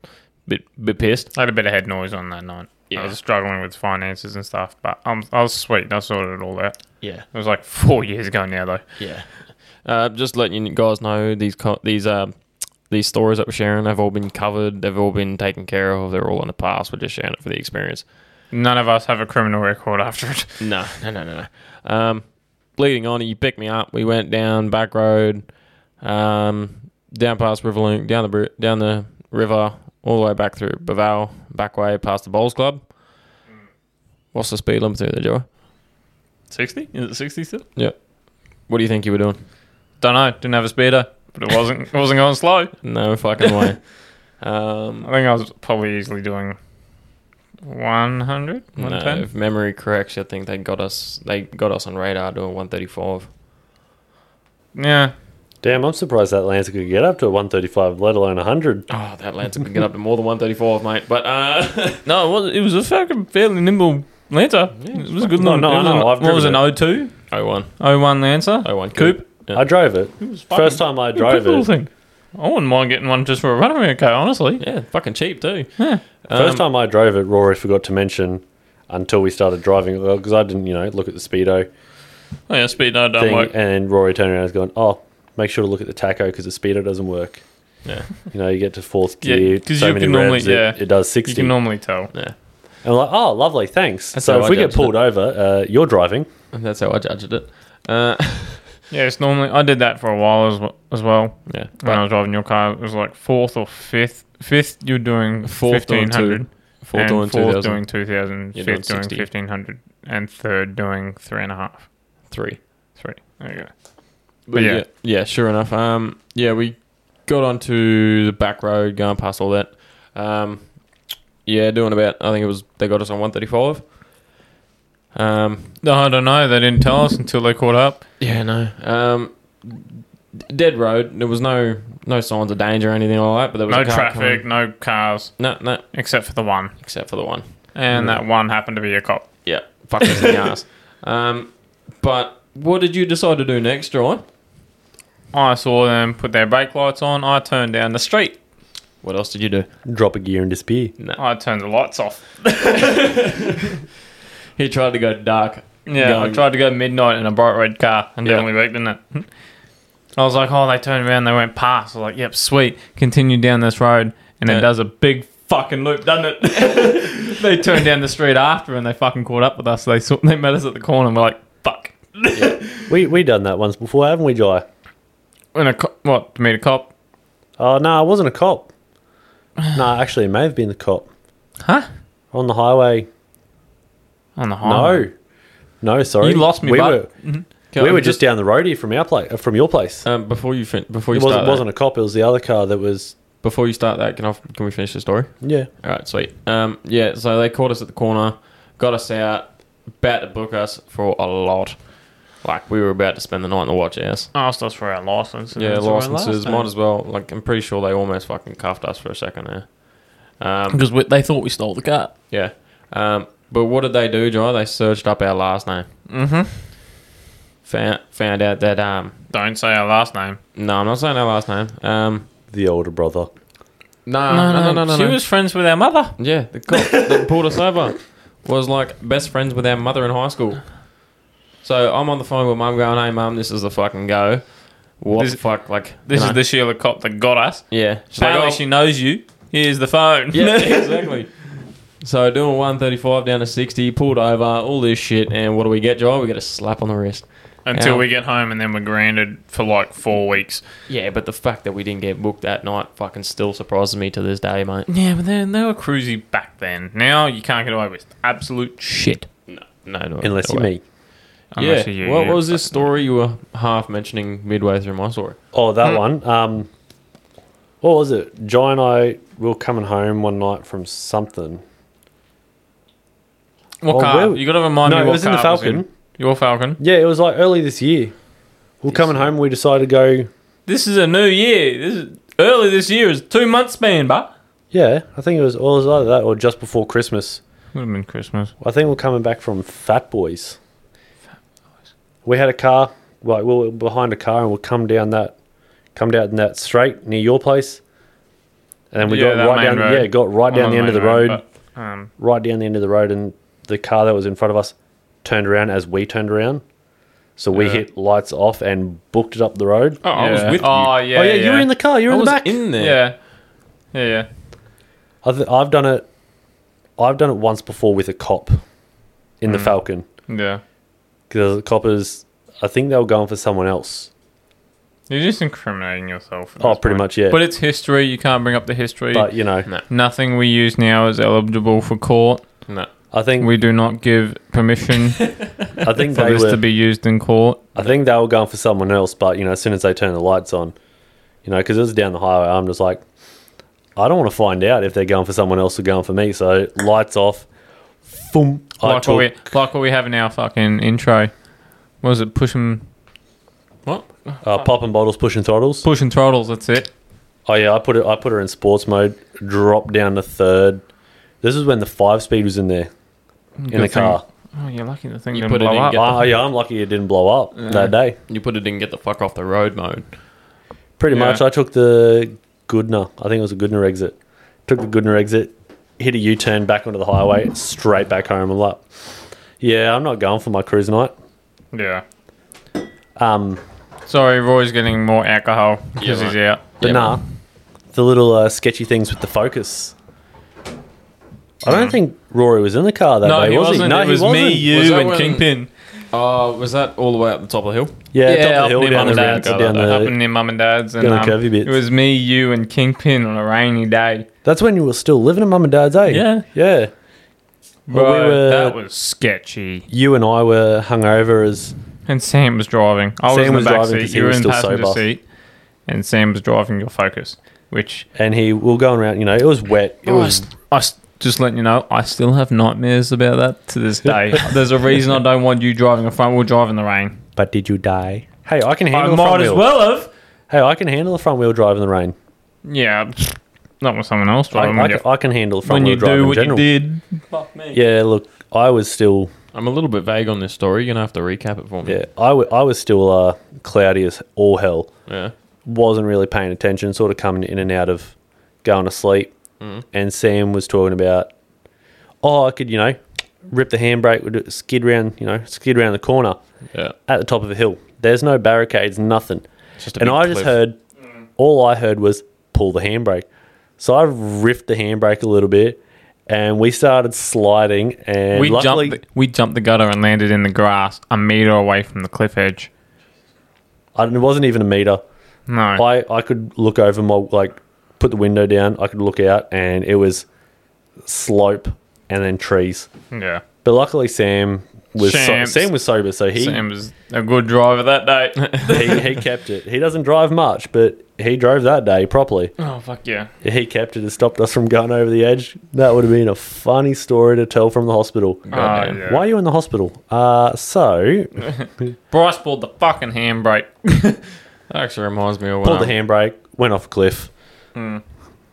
bit bit pissed.
I had a bit of head noise on that night.
Yeah.
I was struggling with finances and stuff, but um, I was sweet. I sorted it all out.
Yeah,
It was like four years ago now, though.
yeah. Uh, just letting you guys know these co- these um these stories that we're sharing have all been covered. They've all been taken care of. They're all in the past. We're just sharing it for the experience.
None of us have a criminal record after it.
No, no, no, no, no. Um, bleeding on, you picked me up. We went down back road, um, down past Riverlink, down the br- down the river, all the way back through Baval, back way past the Bowls Club. What's the speed limit through there, Joe?
60? Is it 60 still?
What do you think you were doing?
Don't know. Didn't have a speeder, but it wasn't, it wasn't going slow.
No fucking way.
I
Um,
think I was probably easily doing 100,
no,
110.
if memory corrects, I think they got us. They got us on radar doing one thirty five.
Yeah.
Damn, I'm surprised that Lancer could get up to 135, let alone 100.
Oh, that Lancer could get up to more than one thirty five, mate. But uh,
No, it was, it was a fucking fairly nimble Lancer. it was a good
No,
little-
no,
it was
I know,
an-
I've
What was it,
driven
an 02?
I won.
01 Lancer?
I won.
Coupe?
I drove it. First time I drove
Good little
it. eh?
thing. I wouldn't mind getting one just for a runaway car, honestly.
Yeah, fucking cheap too. Um,
First time I drove it, Rory forgot to mention until we started driving because I didn't, you know, look at the speedo
Oh, yeah, speed no, don't
thing,
work.
and Rory turned around and was going, "Oh, make sure to look at the taco because the speedo doesn't work."
Yeah.
You know, you get to fourth
Yeah,
gear,
'cause
so
you
many
can normally-
revs, it-
yeah.
it, does
You
sixty.
can normally tell.
Yeah,
and I'm like, "Oh, lovely, thanks."
That's
so
how
if
I
we get
judged
pulled over, uh, you're driving.
and that's how I judged it. Uh,
Yeah, it's normally. I did that for a while as, well- as well.
yeah,
When I was driving your car, it was like fourth or fifth. Fifth, you're doing
Fourth doing
1500.
four
and
doing two
fourth doing
thousand
2000.
You're
Fifth
doing
doing,
60.
1500. And third doing three and a half.
three.
Three. There you go.
But
yeah.
yeah, yeah, sure enough. Um, yeah, we got onto the back road, going past all that. Um, yeah, doing about. I think it was they got us on one thirty five. Um,
No, I don't know. They didn't tell us until they caught up.
yeah, no. Um, d- dead road. There was no no signs of danger or anything like that. But there was
No
a car
traffic,
coming-
no cars,
No, no,
except for the one.
except for the one.
And that one happened to be a cop.
Yeah, fuck us in the ass. Um, but what did you decide to do next, John?
I saw them put their brake lights on. I turned down the street.
What else did you do?
Drop a gear and disappear.
I turned the lights off.
He tried to go dark.
Yeah, I
Going-
tried to go midnight in a bright red car and
Yeah.
definitely worked, didn't it? I was like, oh, they turned around, they went past. I was like, yep, sweet. Continue down this road, and
Yeah.
it does a big fucking loop, doesn't it? they turned down the street after, and they fucking caught up with us. They saw, they met us at the corner, and we're like, fuck.
We we done that once before, haven't we, Jai?
And a co- what to meet a cop?
Oh no, I wasn't a cop. no, actually, it may have been the cop
Huh?
on the highway.
On the highway?
No, no, sorry,
You lost me, Mm-hmm.
We
bud.
were we were just down the road here from our place, from your place.
Uh,
Um, before you fin- before you
it wasn't,
start
wasn't a cop. It was the other car that was.
that, before you start that, can I can we finish the story?
Yeah.
All right, sweet. Um, yeah, so they caught us at the corner, got us out, about to book us for a lot. Like we were about to spend the night in the watch house.
Asked us for our license. and
Yeah,
that's all I
licenses
asked
might as well. Like I'm pretty sure they almost fucking cuffed us for a second there. Um,
because we, they thought we stole the car.
Yeah. Um, but what did they do, John? They searched up our last name. Mm-hmm. Found, found out that um
Don't say our last name.
no, I'm not saying our last name. Um
The older brother.
no no no no no.
Uh, She
no.
was friends with our mother.
yeah, the cop that pulled us over was like best friends with our mother in high school. So I'm on the phone with mum going, "Hey mum, this is the fucking go. What
This-
the fuck? Like
This
you
is
know.
the Sheila cop that got us.
yeah. She's like,
Apparently,
"Oh,
she knows you. Here's the phone.
Yeah, exactly. So doing 135 down to 60, pulled over, all this shit, and what do we get, Joel? We get a slap on the wrist.
until
Yeah.
we get home, and then we're grounded for like four weeks.
Yeah, but the fact that we didn't get booked that night fucking still surprises me to this day, mate.
Yeah, but then they were cruisy back then. Now you can't get away with absolute
Shit. No, no, no.
unless
no
you're
way.
me.
Unless
yeah.
you're you,
what
you
was this
fucking-
story you were half mentioning midway through my story?
Oh, that one. Um, what was it? Jai and I were coming home one night from something.
What
Oh,
car?
where-
You got to remind
No,
me.
it
what
was in the
car it
Falcon.
Your Falcon.
Yeah, it was like early this year. We're coming home. We decided to go.
This is a new year. This is early this year. Is two months span, but
Yeah, I think it was. Or it was either that or just before Christmas.
would have been Christmas.
I think we're coming back from Fat Boys. We had a car, like we were behind a car, and we'll come down that, come down that straight near your place, and then we
Yeah, that
got right
main
down,
road.
yeah, got right down the end of the road,
but, um,
right down the end of the road, and the car that was in front of us turned around as we turned around, so we
Yeah.
hit lights off and booked it up the road.
Oh, I was
yeah.
with you.
Oh yeah.
oh yeah, you were in the car, you were in
I
the
was
back.
in there.
Yeah. Yeah. Yeah.
I th- I've done it, I've done it once before with a cop, in
Mm.
the Falcon.
Yeah.
because the coppers, I think they were going for someone else.
You're just incriminating yourself. at
Oh,
this
pretty
point.
much, yeah.
But it's history. You can't bring up the history.
But you know,
Nothing we use now is eligible for court.
No.
I think
We do not give permission for
I think they
this
were.
to be used in court.
I think they were going for someone else. But you know, as soon as they turned the lights on, you know, because it was down the highway, I'm just like, I don't want to find out if they're going for someone else or going for me. So lights off. Boom. I
Like what, we,
took-
like what we have in our fucking intro. What was it? Pushing,
What?
uh, popping bottles, pushing throttles.
pushing throttles. That's it.
Oh yeah, I put it. I put her in sports mode. Drop down to third. This is when the five speed was in there in the
thing.
car.
Oh, you're lucky the thing
You
didn't
put it
blow
in,
up.
get-
Oh yeah, I'm lucky it didn't blow up that day.
You put it in get the fuck off the road mode.
Pretty
Yeah.
much. I took the Goodner. I think it was a Goodner exit. Took the Goodner exit, hit a U turn back onto the highway, straight back home. I'm like, yeah, I'm not going for my cruise night.
Yeah.
Um,
Sorry, Roy's getting more alcohol
Yeah,
because
right.
he's out.
but
Yeah,
nah, the little uh, sketchy things with the focus. I don't think Rory was in the car that
No,
day,
he
was
wasn't.
he? No,
it
he
was
wasn't.
me,
Was
you,
that
and
when-
Kingpin.
Uh, was that all the way up the top of the hill?
Yeah,
Yeah,
top of
up
the
near
hill, down
Mum
the,
and
ramp,
Dad's.
down the-
up in their mum and dad's, and
down the
um,
curvy
it
bits.
was me, you, and Kingpin on a rainy day.
That's when you were still living at mum and dad's, eh?
Yeah.
yeah. Well, we
Bro,
were-
that was sketchy.
You and I were hungover as
And Sam was driving. I
Sam was
was in the back
driving
seat.
'cause he
You were
was
in the
still
passenger
sober.
seat, and Sam was driving your Focus, which
and he we were going around. You know, it was wet.
Oh,
It was
I s- just letting you know, I still have nightmares about that to this day. There's a reason I don't want you driving a front wheel drive in the rain.
But did you die? Hey, I can handle
I
the front
might
wheel.
as well have.
Hey, I can handle the front wheel drive in the rain.
Yeah, not with someone else
I,
driving.
I
when
can,
you-
I can handle the front
when
wheel
you
drive
do
in
what
general.
you did, fuck me.
Yeah, look, I was still
I'm a little bit vague on this story. You're gonna have to recap it for me.
yeah, I wa- I was still uh, cloudy as all hell.
Yeah.
Wasn't really paying attention, sort of coming in and out of going to sleep.
Mm.
And Sam was talking about, oh, I could you know rip the handbrake, would it skid round you know skid round the corner
Yeah.
at the top of a hill. There's no barricades, nothing.
It's just a
and
big
I just
cliff.
heard all I heard was pull the handbrake. So I riffed the handbrake a little bit, and we started sliding. And
we
luckily,
jumped. The, we jumped the gutter and landed in the grass a meter away from the cliff edge.
I, it wasn't even a meter.
No,
I I could look over my like put the window down. I could look out, and it was slope and then trees.
yeah.
But luckily, Sam was so,
Shams.
Sam was sober, so he
Sam was a good driver that day.
he he kept it. He doesn't drive much, but he drove that day properly.
oh fuck yeah!
He kept it and stopped us from going over the edge. That would have been a funny story to tell from the hospital.
Oh,
Goddamn.
yeah.
Why are you in the hospital? Uh, so
Bryce pulled the fucking handbrake.
That actually reminds me of
pulled
um,
the handbrake, went off a cliff.
Hmm.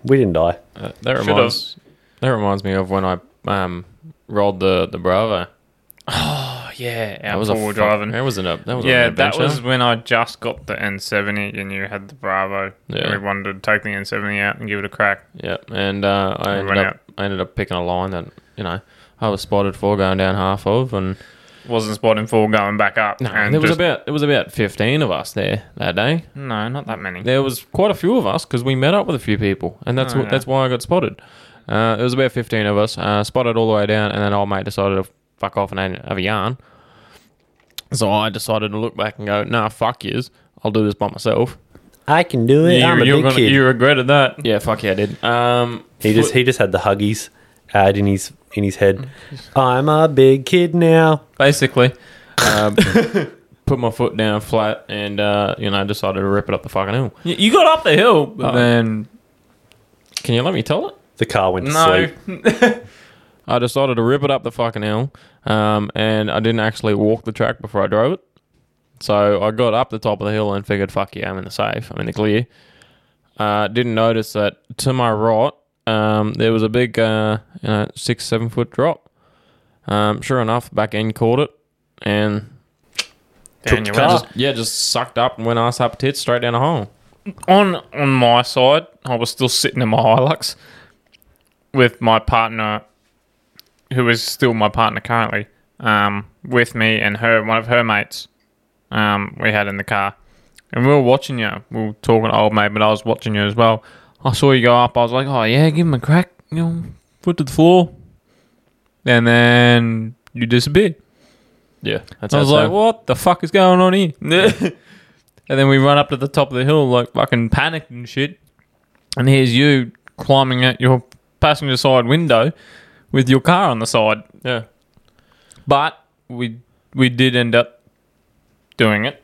We didn't die.
Uh, that
Should've.
reminds that reminds me of when I um rolled the the Bravo.
Oh yeah,
That
our
was a
four
fuck-
driving.
That was an up. That was
Yeah,
an
that was
adventure.
when I just got the N70 and you had the Bravo.
Yeah.
And we wanted to take the N70 out and give it a crack.
Yeah, and uh, I ended
ran
up
out.
I ended up picking a line that you know I was spotted for going down half of, and,
Wasn't spotting full going back up.
no,
and
there was
just-
about there was about fifteen of us there that day.
No, not that many.
There was quite a few of us because we met up with a few people, and that's
Oh,
wh-
yeah.
that's why I got spotted. Uh, it was about fifteen of us uh, spotted all the way down, and then old mate decided to fuck off and have a yarn. So I decided to look back and go, nah, fuck yous. I'll do this by myself.
I can do it. I'm a
you,
big
are gonna,
kid.
you regretted that.
Yeah, fuck yeah, I did. Um,
He just he just had the huggies ad in his in his head. I'm a big kid now.
Basically,
um, put my foot down flat and, uh, you know, decided to rip it up the fucking hill.
you, you got up the hill, but
Oh.
then
Can you let me tell it?
The car went to
no.
sleep.
I decided to rip it up the fucking hill, um, and I didn't actually walk the track before I drove it. So I got up the top of the hill and figured, fuck yeah, I'm in the safe, I'm in the clear. Uh, didn't notice that to my right, um, there was a big, uh, you know, six, seven foot drop. Um, sure enough, back end caught it, and
Took the
Daniel,
car.
just-
yeah, just sucked up and went ass up tits straight down a hole.
on on my side, I was still sitting in my Hilux with my partner, who is still my partner currently, um, with me and her one of her mates. Um, we had in the car, and we were watching you. We were talking to old mate, but I was watching you as well. I saw you go up. I was like, oh yeah, give him a crack. You know, foot to the floor, and then you disappeared.
Yeah, that's
I was
how it
like,
sounded.
what the fuck is going on here? and then we run up to the top of the hill, like fucking panicked and shit. And here's you climbing out your passenger side window with your car on the side.
Yeah,
But we we did end up doing it,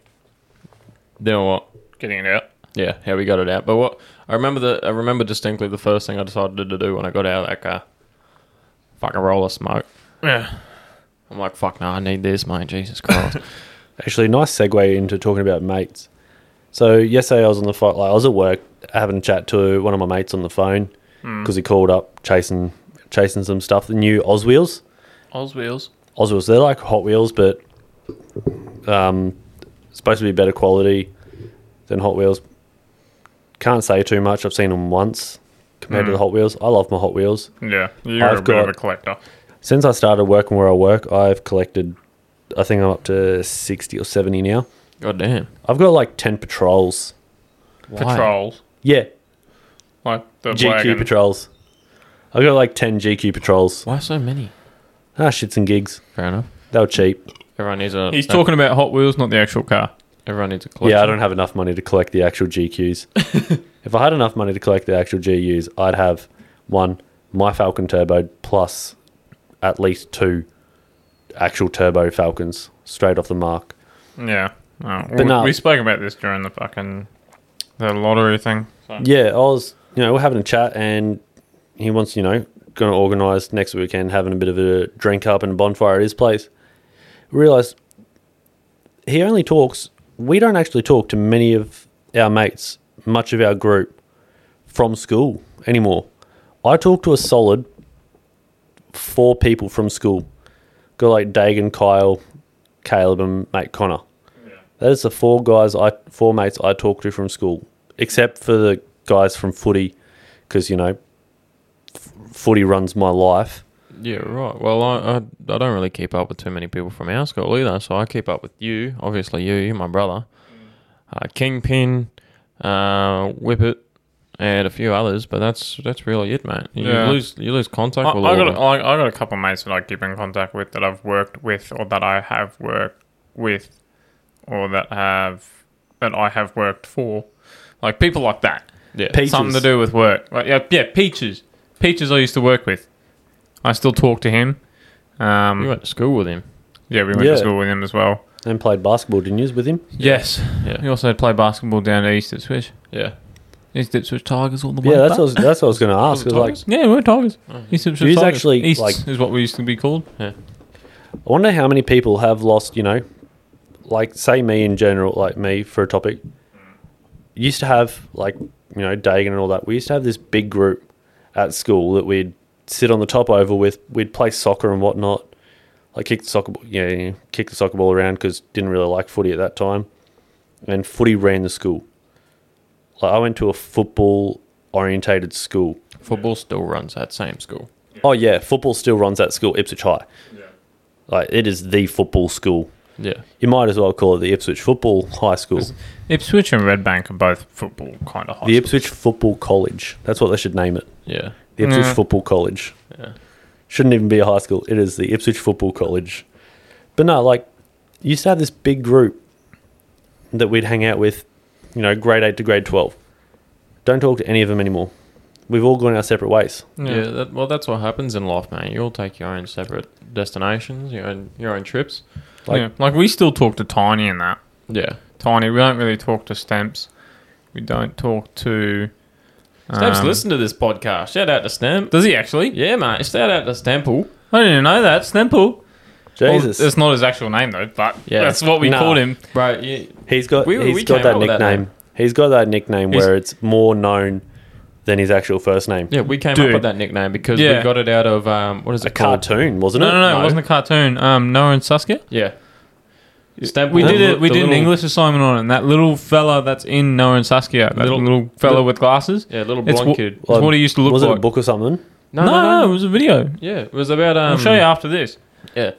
then what?
getting it out.
Yeah, how we got it out. But what I remember the I remember distinctly the first thing I decided to do when I got out of that car. Fucking roll of smoke.
Yeah.
I'm like, fuck no, I need this, mate. Jesus Christ.
Actually, nice segue into talking about mates. So yesterday I was on the phone. Like I was at work having a chat to one of my mates on the phone because he called up chasing chasing some stuff. The new Ozwheels.
Oz wheels.
Oswalds. They're like Hot Wheels, but um, supposed to be better quality than Hot Wheels. Can't say too much. I've seen them once compared to the Hot Wheels. I love my Hot Wheels.
Yeah. You're
I've
a bit of
got-
a collector.
Since I started working where I work, I've collected. I think I'm up to sixty or seventy now.
God damn.
I've got like ten patrols.
Patrols.
Yeah,
Like the
GQ
wagon.
patrols. I've got like ten GQ patrols.
Why so many?
Ah, shits and gigs.
Fair enough.
They were cheap.
Everyone needs a
He's talking about Hot Wheels, not the actual car.
everyone needs a collection.
Yeah, I don't have enough money to collect the actual GQs. if I had enough money to collect the actual GUs, I'd have one, my Falcon Turbo, plus at least two actual Turbo Falcons straight off the mark.
Yeah. Oh,
But
we,
no.
we spoke about this during the fucking the lottery thing. So.
Yeah, I was, you know, we're having a chat and he wants, you know, going to organise next weekend having a bit of a drink up and a bonfire at his place. Realise he only talks, we don't actually talk to many of our mates, much of our group from school anymore. I talk to a solid four people from school. Got like Dagan, Kyle, Caleb, and mate Connor. That is the four guys I four mates I talk to from school, except for the guys from footy, because you know, f- footy runs my life.
Yeah, right. Well, I, I I don't really keep up with too many people from our school either. So I keep up with you, obviously you, you're my brother, uh, Kingpin, uh, Whippet, and a few others. But that's that's really it, mate. You
Yeah.
lose you lose contact
I,
with
I
all
got
of
a,
them.
I, I got a couple of mates that I keep in contact with that I've worked with or that I have worked with or that have that I have worked for, like people like that.
Yeah.
Pe-
Something to
Peaches.
do with work. Like, yeah, yeah, Peaches. Peaches I used to work with. I still talk to him. Um,
you went to school with him.
yeah, we went
Yeah.
to school with him as well.
And played basketball, didn't you, with him?
Yes.
Yeah.
He also played basketball down at East Ipswich.
Yeah.
East Ipswich Tigers all the way.
Yeah, that's
back.
what I was, that's what I was going to ask. 'cause, like,
Yeah, we're Tigers. East Ipswich
He's
Tigers.
Mm-hmm. actually,
East
like-
is what we used to be called.
I wonder how many people have lost, you know, like say me in general, like me for a topic. Used to have like you know Dagan and all that. We used to have this big group at school that we'd sit on the top oval with. We'd play soccer and whatnot. Like kick the soccer, ball, yeah, yeah, kick the soccer ball around because didn't really like footy at that time. And footy ran the school. Like I went to a football orientated school.
Football still runs that same school.
Oh yeah, football still runs that school, Ipswich High. Like it is the football school.
Yeah.
You might as well call it the Ipswich Football High School.
Ipswich and Red Bank are both football kind of high.
The Ipswich Football College. That's what they should name it.
Yeah.
The Ipswich
Yeah.
Football College.
Yeah.
Shouldn't even be a high school. It is the Ipswich Football College. But no, like used to have this big group that we'd hang out with, you know, grade eight to grade twelve. Don't talk to any of them anymore. We've all gone our separate ways.
Yeah.
Yeah, that, well, that's what happens in life, man. You all take your own separate destinations, your own your own trips.
Like-
yeah. like we still talk to Tiny and that.
Yeah,
Tiny, we don't really talk to Stamps. We don't talk to.
Stamps,
um,
listen to this podcast. Shout out to Stamp.
Does he actually?
Yeah, mate. Shout out to Stample.
I didn't even know that. Stemple.
Jesus,
Well, it's not his actual name though, but
Yeah.
that's what we
Nah.
called him.
Bro, you,
he's got
we-
he's
we
got
came
that
up with that
nickname. he's got that nickname
He's-
where it's more known than his actual first name.
yeah, we came
Dude.
up with that nickname because
Yeah.
we got it out of um, what is it
A
called?
cartoon, wasn't
No,
it?
no, no,
No.
It wasn't a cartoon. Um, Noah and Saskia.
Yeah, Stample.
We did
the-
it. We
the
did an
little-
English assignment on it. And that little fella that's in Noah and Saskia, that little,
Little-
fella
little-
with glasses.
Yeah, little
It's,
blonde
wha-
kid.
it's what he used to look
was
like.
it a book or something?
No no, it was a video.
Yeah, it was about. Um,
I'll show you after this.
Yeah.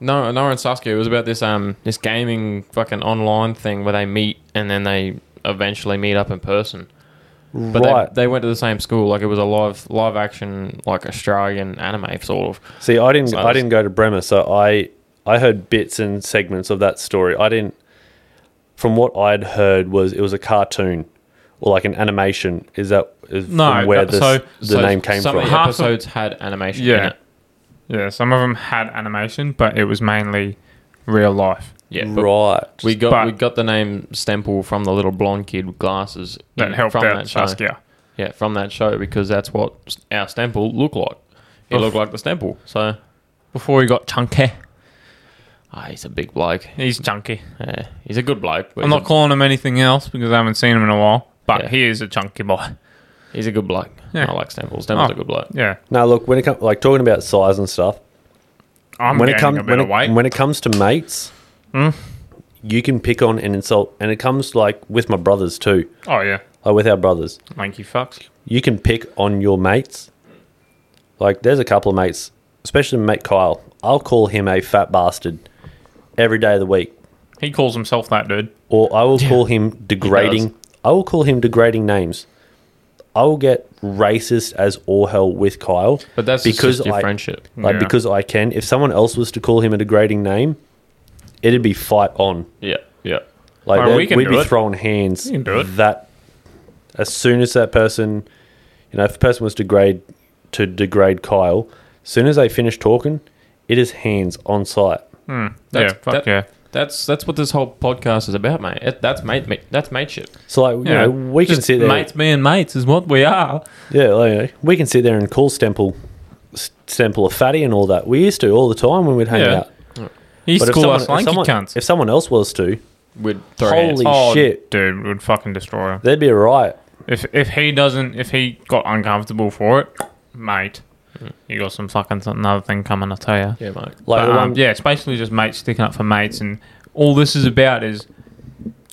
No, Nora and Saskia. It was about this um this gaming fucking online thing where they meet and then they eventually meet up in person. But
right.
they, they went to the same school. Like it was a live live action like Australian anime sort of.
See, I didn't.
So
I
that's-
didn't go to Bremer, so I I heard bits and segments of that story. I didn't. From what I'd heard was it was a cartoon or like an animation. Is that is
No,
from where
that-
this,
so-
the
So
name came
some
from?
Of the
Half of-
episodes had animation.
Yeah.
in it.
Yeah, some of them had animation, but it was mainly real life.
yeah. But
right.
we got
But-
we got the name Stemple from the little blonde kid with glasses
That
in-
helped
from
out
that show.
Saskia.
Yeah, from that show because that's what s- our Stemple looked like. He
Oof.
looked like the Stemple. So
Before he got chunky.
ah, he's a big bloke.
He's chunky.
Yeah, he's a good bloke. but
I'm
he's
not
a-
calling him anything else because I haven't seen him in a while, but
Yeah.
he is a chunky boy.
He's a good bloke.
Yeah.
I like Stample. Stample's
Oh.
a good bloke.
Yeah.
Now look, when it comes like talking about size and stuff,
I'm
when
gaining
it comes
a bit
when
of weight. Hmm?
it, when it comes to mates, you can pick on and insult, and it comes like with my brothers too,
oh, yeah.
like with our brothers.
Lanky fucks.
you can pick on your mates. Like there's a couple of mates, especially mate Kyle. I'll call him a fat bastard every day of the week,
He calls himself that, dude.
or I will call him degrading. I will call him degrading names. I will get racist as all hell with Kyle,
But that's because just your
I
friendship.
like
Yeah.
because I can. If someone else was to call him a degrading name, it'd be fight on.
Yeah, yeah.
Like
Oh,
that-
we
we'd,
can do
be
it.
throwing hands.
You can do it.
That as soon as that person, you know, if the person was degrade to degrade Kyle, as soon as they finish talking, it is hands on site.
That's,
yeah, fuck
that-
yeah.
That's that's what this whole podcast is about, mate. It, that's mate, mate. That's mateship.
So like you
Yeah.
know, we can
Just
sit there.
Mates being mates is what we are.
Yeah, like, you know, we can sit there and call Stemple Stemple a fatty and all that. We used to all the time when we'd hang
Yeah.
out.
He used to
if
call us
someone-
lanky
if someone,
cunts.
if someone else was to,
With
holy
oh,
shit,
dude, we would fucking destroy him.
there'd be a riot.
If if he doesn't, if he got uncomfortable for it, mate, you got some fucking another thing coming. I tell you.
yeah, mate.
Hmm. Like
But,
the
um,
one,
yeah, it's basically just mates sticking up for mates, and all this is about is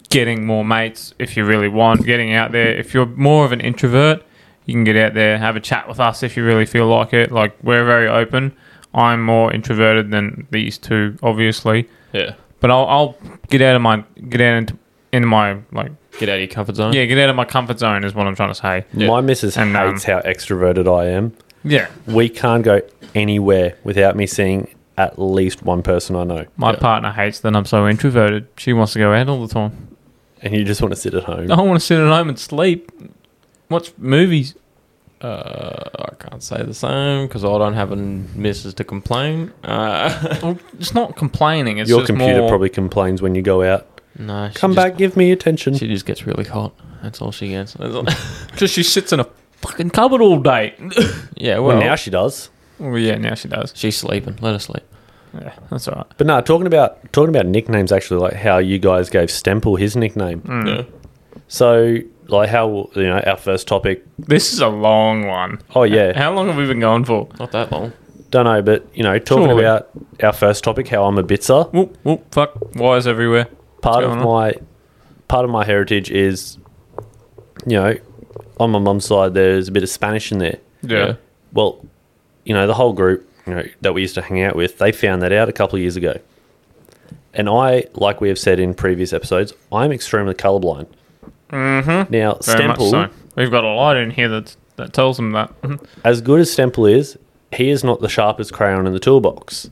getting more mates if you really want, getting out there. If you're more of an introvert, you can get out there, have a chat with us if you really feel like it. Like, we're very open. I'm more introverted than these two, obviously,
Yeah,
but I'll, I'll get out of my, get out into, into my, like,
get out of your comfort zone.
yeah, get out of my comfort zone is what I'm trying to say.
my missus
And, um,
hates how extroverted I am.
Yeah.
we can't go anywhere without me seeing at least one person I know.
My
Yeah.
partner hates that I'm so introverted. She wants to go out all the time.
And you just want to sit at home.
I want to sit at home and sleep, watch movies.
Uh, I can't say the same because I don't have a missus to complain. Uh,
Well, it's not complaining. It's
Your
just
computer
more-
probably complains when you go out.
no, she
Come
just-
back, give me attention.
She just gets really hot. That's all she gets. That's all-
because she sits in a fucking cupboard all day.
yeah, well,
well, now she does.
well, yeah, now she does.
she's sleeping. Let her sleep.
Yeah, that's all right.
But no, talking about talking about nicknames actually, like how you guys gave Stemple his nickname. So like how you know our first topic.
This is a long one.
Oh yeah,
How long have we been going for?
Not that long.
don't know, but you know talking
Surely.
about our first topic, how I'm a bitzer.
Whoop whoop fuck wires everywhere.
part
What's
of
going on?
my part of my heritage is, you know, on my mum's side there's a bit of Spanish in there.
Yeah.
Well, you know, the whole group you know, that we used to hang out with, they found that out a couple of years ago. And I, like we have said in previous episodes, I'm extremely colorblind. Mm-hmm. Now,
Very much
Stemple,
so. We've got a light in here that that tells them that.
as good as Stemple is, he is not the sharpest crayon in the toolbox.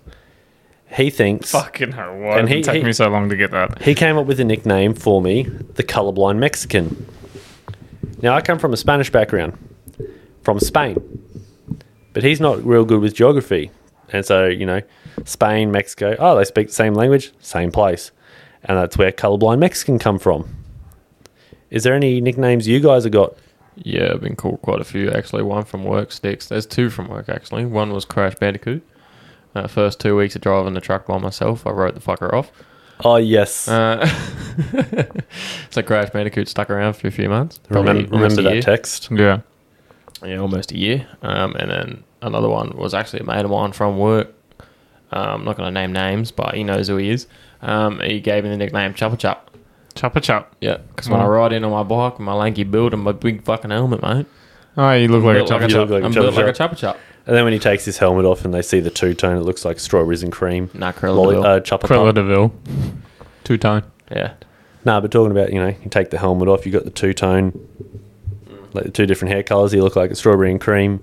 he thinks
Fucking hell, why
And
did
he-
it take
he-
me so long to get that?
he came up with a nickname for me, the colorblind Mexican. Now I come from a Spanish background, from Spain, but he's not real good with geography, and so you know, Spain, Mexico, oh they speak the same language, same place, and that's where colorblind Mexican come from. Is there any nicknames you guys have got?
Yeah, I've been called quite a few actually. One from work sticks. There's two from work actually. One was Crash Bandicoot. Uh, first two weeks of driving the truck by myself, I wrote the fucker off.
Oh yes,
Uh, so Crash Bandicoot stuck around for a few months. Probably
remember,
almost
remember that
a year.
text.
Yeah.
Yeah, almost a year. Um, and then another one was actually a mate of mine from work. Um, I'm not going to name names, but he knows who he is. Um, he gave me the nickname Chopper Chop.
Chopper chop.
Yeah, because
Mm.
when I ride in on my bike with my lanky build and my big fucking helmet, mate,
Oh, you look like a
built like
chopper
a
You
chop.
look like a
I'm
Chopper
built like a
Chop.
Chopper Chop.
And then when he takes his helmet off and they see the two tone, it looks like strawberries and cream.
Nah,
Lolli-
Krilla.
uh, chopper
Cruella
cup.
Deville. Two tone.
yeah.
Nah, but talking about, you know, you take the helmet off, you got the two tone, like the two different hair colours, you look like a strawberry and cream,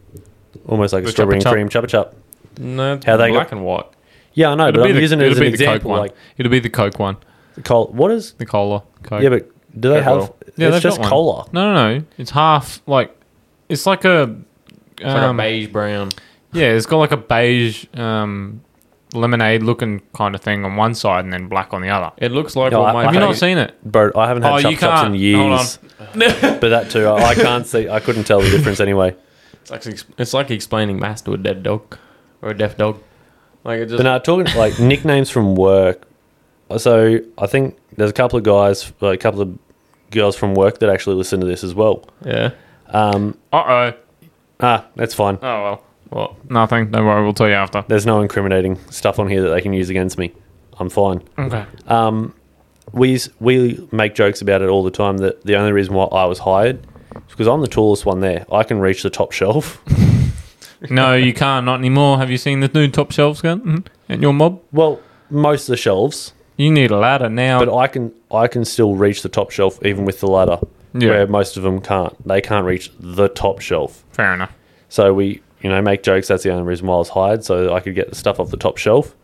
almost like
The
a strawberry and
chopper
cream chopper chop.
No, it's
How they
black
got-
and white.
Yeah, I know, but I'm
the,
using it as an
be the Coke
example.
one.
Like,
it'll be the Coke one.
col- what is.
The cola. Coke.
Yeah, but do they have.
Coke
it's
they've
just
got one.
cola.
No, no, no. It's half like it's like a
It's
um,
like a beige brown.
yeah. It's got like a beige um, lemonade looking kind of thing on one side and then black on the other.
It looks like
No,
what
I-
my
I
Have you
Okay.
not seen it?
Bro, I haven't had
Oh,
chop
you
chops in
can't. Hold on.
years. but that too, I, I can't see. I couldn't tell the difference anyway.
It's like, ex- it's like explaining maths to a dead dog or a deaf dog. Like it just
But
uh,
now, talking like nicknames from work. So I think there's a couple of guys, like a couple of girls from work that actually listen to this as well.
yeah.
Um,
Uh oh.
ah, that's fine.
Oh well.
What?
Nothing. Don't worry. We'll tell you after.
There's no incriminating stuff on here that they can use against me. I'm fine.
Okay.
We s- we make jokes about it all the time. That the only reason why I was hired is because I'm the tallest one there. I can reach the top shelf.
no, you can't. Not anymore. Have you seen the new top shelves gun Mhm. at your mob?
Well, most of the shelves,
You need a ladder now.
but I can I can still reach the top shelf even with the ladder.
Yeah.
Where most of them can't. They can't reach the top shelf.
Fair enough.
So we, you know, make jokes. That's the only reason why I was hired, so that I could get the stuff off the top shelf.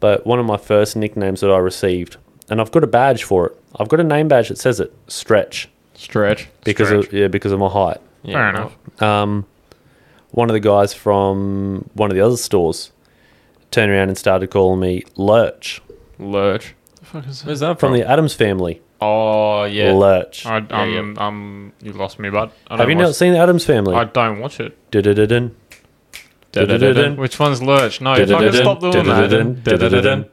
But one of my first nicknames that I received, and I've got a badge for it. I've got a name badge that says it, Stretch,
Stretch.
because of, yeah, because of my height. Um,
Yeah,
Fair
well,
enough.
One of the guys from one of the other stores turned around and started calling me Lurch
Lurch. Where's that
from
from?
the Adams Family.
oh yeah.
Lurch.
I, um,
Yeah, yeah.
um, you lost me, bud. I don't
Have you not
watch-
seen the Adams Family?
I don't watch it.
Dun-dun-dun-dun. Dun-dun-dun-dun.
Which one's Lurch? No, fucking
Dun-dun-dun.
stop doing
Dun-dun-dun.
that.
Dun-dun-dun.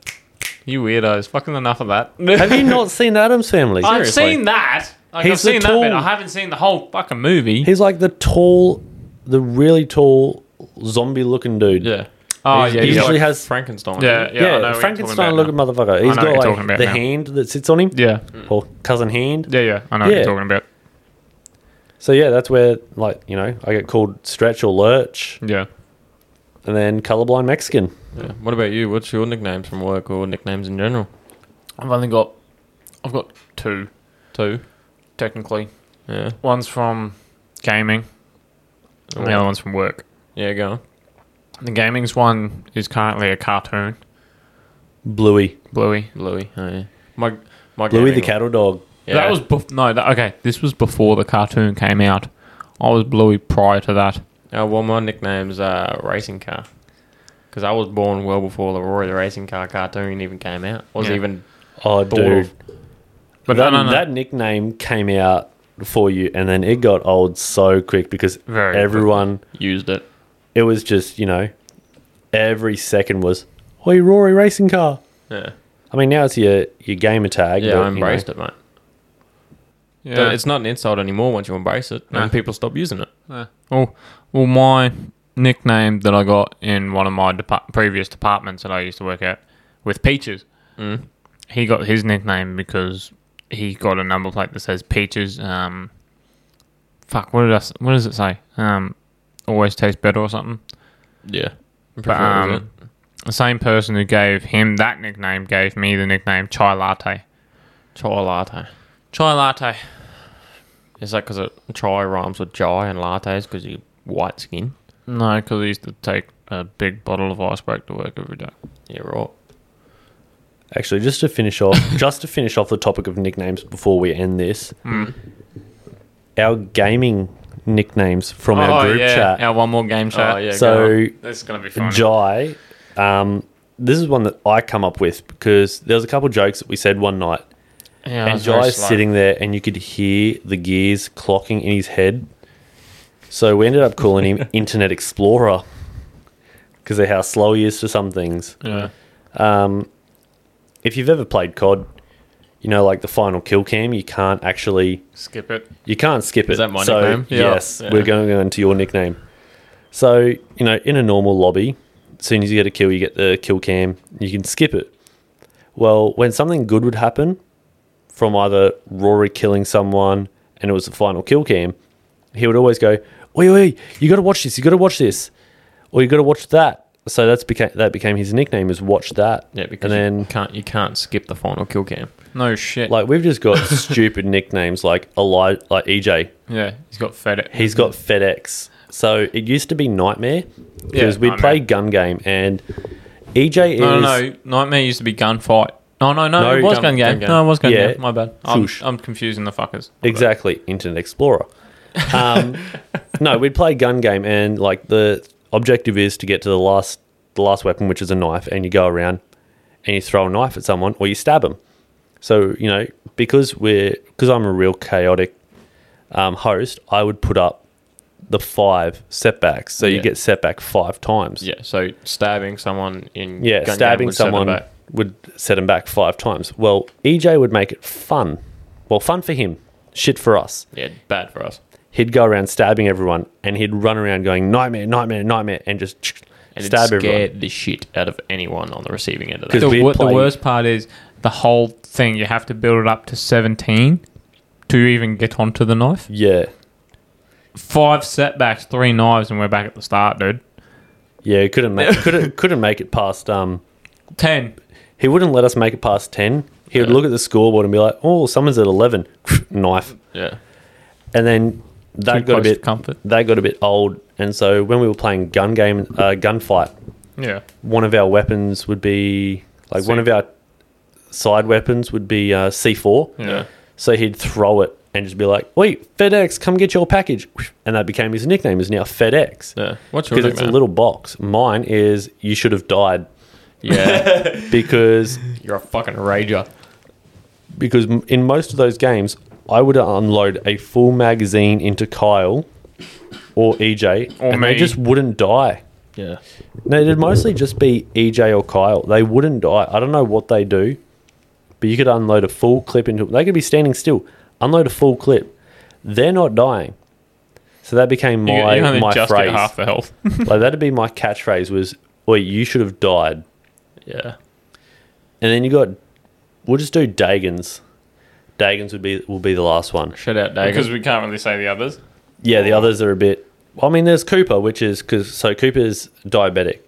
You weirdos. Fucking enough of that.
Have you not seen the Adams Family?
I've
Seriously.
seen that. Like, I've
He's the
seen that bit.
tall-
I haven't seen the whole fucking movie.
He's like the tall, the really tall zombie-looking dude.
Yeah.
oh, yeah,
he
yeah.
usually
like-
has-
Frankenstein.
yeah, yeah, I know what
Yeah,
you're
Frankenstein
talking
looking
about
motherfucker. He's
know what
got
you're
like
talking about
the
now.
hand that sits on him,
Yeah.
or cousin hand.
Yeah, yeah. I know what
Yeah.
you're talking about.
So yeah, that's where like you know I get called Stretch or Lurch,
Yeah.
and then colorblind Mexican.
Yeah. What about you? What's your nicknames from work or nicknames in general?
I've only got, I've got two,
Two.
technically.
Yeah.
One's from gaming, and the other one's from work.
Yeah. Go on.
The gaming's one is currently a cartoon,
Bluey,
Bluey.
Louis. Oh, yeah. My my.
Bluey the
gaming-
cattle dog.
Yeah.
That was bef- no, that, okay. This was before the cartoon came out. I was Bluey prior to that.
Uh, well, my nickname's uh, Racing Car. Because I was born well before the Roy the Racing Car cartoon even came out. Wasn't
Yeah.
even.
Oh,
Thought
dude,
of.
But
that,
no, no, no.
that nickname came out for you, and then it got old so quick because
Very
everyone.
Used it.
It was just you know, every second was, "Oi, Rory racing car."
Yeah.
I mean, now it's your your gamer tag.
Yeah,
but,
I
you know,
embraced it, mate.
yeah.
It's not an insult anymore once you embrace it,
No.
and people stop using it.
Yeah. Well, well, my nickname that I got in one of my depart- previous departments that I used to work at with Peaches,
Mm.
he got his nickname because he got a number plate that says Peaches. Um, fuck, what did I? s- What does it say? Um, always tastes better or something.
Yeah.
But um, the same person who gave him that nickname gave me the nickname Chai Latte.
chai latte.
Chai Latte.
Is that because chai rhymes with jai and lattes because you white skin?
No, because I used to take a big bottle of ice break to work every day.
Yeah, right.
Actually, just to finish off, just to finish off the topic of nicknames before we end this,
Hmm.
our gaming nicknames from our group chat.
Our one more game chat.
Oh, yeah, go
so
This is going to be fun.
Jai, um, this is one that I come up with because there was a couple jokes that we said one night,
yeah,
and Jai's sitting there, and you could hear the gears clocking in his head. So we ended up calling him Internet Explorer because of how slow he is for some things.
Yeah.
If you've ever played COD, you know, like the final kill cam, you can't actually
Skip it.
you can't skip it.
that my
so,
nickname? Yeah.
Yes,
Yeah.
we're going to go into your nickname. So, you know, in a normal lobby, as soon as you get a kill, you get the kill cam, you can skip it. Well, when something good would happen from either Rory killing someone and it was the final kill cam, he would always go, Oi, oi, you got to watch this, you got to watch this, or you got to watch that. So that's became that became his nickname is watch that.
Yeah, because
and
you
then
can't you can't skip the final kill cam.
No shit.
like we've just got stupid nicknames like Eli like EJ.
yeah, he's got fed it.
He's got FedEx. So it used to be Nightmare because
Mm-hmm. Yeah,
we'd
Nightmare.
play Gun Game and EJ is
No, no, no. Nightmare used to be gunfight. No, no, no.
No,
it was
gun-
gun, game.
gun game.
No, it was gun
Yeah.
game. My bad. I'm,
Foosh.
I'm confusing the fuckers. My bad.
exactly Internet Explorer. Um, no, we'd play Gun Game and like the objective is to get to the last the last weapon, which is a knife, and you go around and you throw a knife at someone or you stab them. So you know because we're because I'm a real chaotic um, host, I would put up the five setbacks, so you
Yeah.
get setback five times.
Yeah, so stabbing someone in
Yeah,
gun game
stabbing
would set them
someone
back.
would set him back five times. Well, EJ would make it fun. Well, fun for him, shit for us.
Yeah, bad for us.
He'd go around stabbing everyone, and he'd run around going nightmare, nightmare, nightmare, and just
And
stab
it scared
everyone.
the shit out of anyone on the receiving end of
'Cause
that.
The,
we
wor- the
played-
worst part is the whole thing. You have to build it up to 17 to even get onto the knife.
Yeah,
Five setbacks, three knives, and we're back at the start, dude.
yeah. He couldn't make couldn't couldn't make it past. Um,
10.
he wouldn't let us make it past ten. He would look at the scoreboard and be like, "Oh, someone's at 11. knife."
Yeah.
And then that
Too
got a
close to
bit
comfort.
That got a bit old, and so when we were playing gun game, uh, gunfight,
Yeah.
one of our weapons would be like
C-
one of our side weapons would be uh, C4.
Yeah.
So he'd throw it and just be like, "Wait, FedEx, come get your package," and that became his nickname. Is now FedEx
Yeah. What's your
because it's a
nickname?
little box. Mine is "You should have died"
Yeah.
because
You're a fucking rager.
because m- in most of those games, I would unload a full magazine into Kyle or EJ,
Or
and they
me.
just wouldn't die.
Yeah.
No, it'd mostly just be EJ or Kyle. They wouldn't die. I don't know what they do, but you could unload a full clip into. They could be standing still, unload a full clip. They're not dying, so that became
You,
my
you only
my
just
phrase.
get half the health.
like that'd be my catchphrase was, "Well, you should have died."
Yeah.
And then you got, we'll just do Dagans. Dagans would be will be the last one.
Shout out Dagan.
because we can't really say the others.
Yeah, the others are a bit. I mean, there's Cooper, which is because so Cooper's diabetic,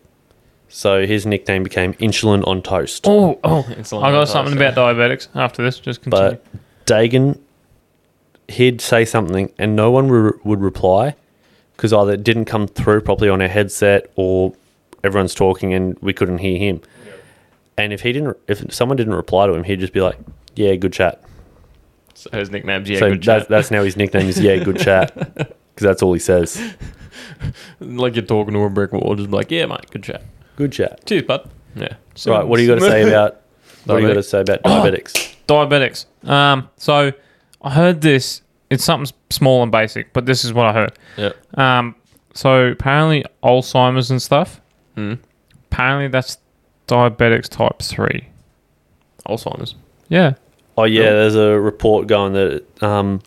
so his nickname became insulin on toast.
Oh, oh.
It's
I
like
got
that,
something
so-
about diabetics after this. Just continue.
but Dagan, he'd say something and no one re- would reply because either it didn't come through properly on our headset or everyone's talking and we couldn't hear him. And if he didn't, if someone didn't reply to him, he'd just be like, "Yeah, good chat."
So his nickname's yeah,
so
good
that's,
chat.
that's now his nickname is "Yeah, good chat" because that's all he says.
Like you're talking to a brick wall, just be like, yeah, mate, good chat.
Good chat.
Cheers, bud. Yeah.
Right. What do you got to say about? What do you
Diabetic.
got to say about diabetics?
diabetics. Um, so I heard this. It's something s- small and basic, but this is what I heard.
Yeah.
Um, so apparently Alzheimer's and stuff.
Hmm.
Mm.
Apparently that's diabetics type three.
Alzheimer's.
Yeah.
Oh yeah, there's a report going that um,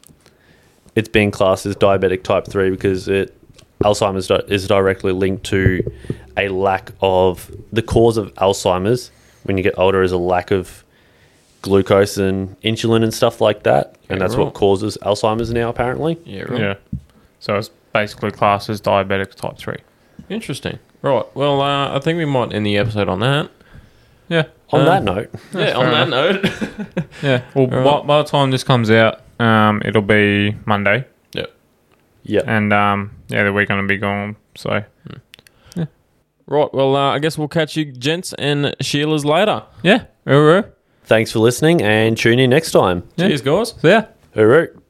it's being classed as diabetic type three because it Alzheimer's di- is directly linked to a lack of the cause of Alzheimer's when you get older is a lack of glucose and insulin and stuff like that, and
Yeah,
that's
right.
what causes Alzheimer's now apparently.
Yeah, right.
Yeah. So it's basically classed as diabetics type three.
Interesting. Right. Well, uh, I think we might end the episode on that.
Yeah.
On
Um,
that note,
yeah, on that note.
Yeah. Well, by, by the time this comes out, um, it'll be Monday,
yeah.
yeah,
and um, yeah, we're gonna be gone. So
Right. Well, uh, I guess we'll catch you, gents and Sheila's later.
Yeah. Hooroo.
Thanks for listening and tune in next time.
Yeah.
Cheers, guys.
So yeah.
Hooroo.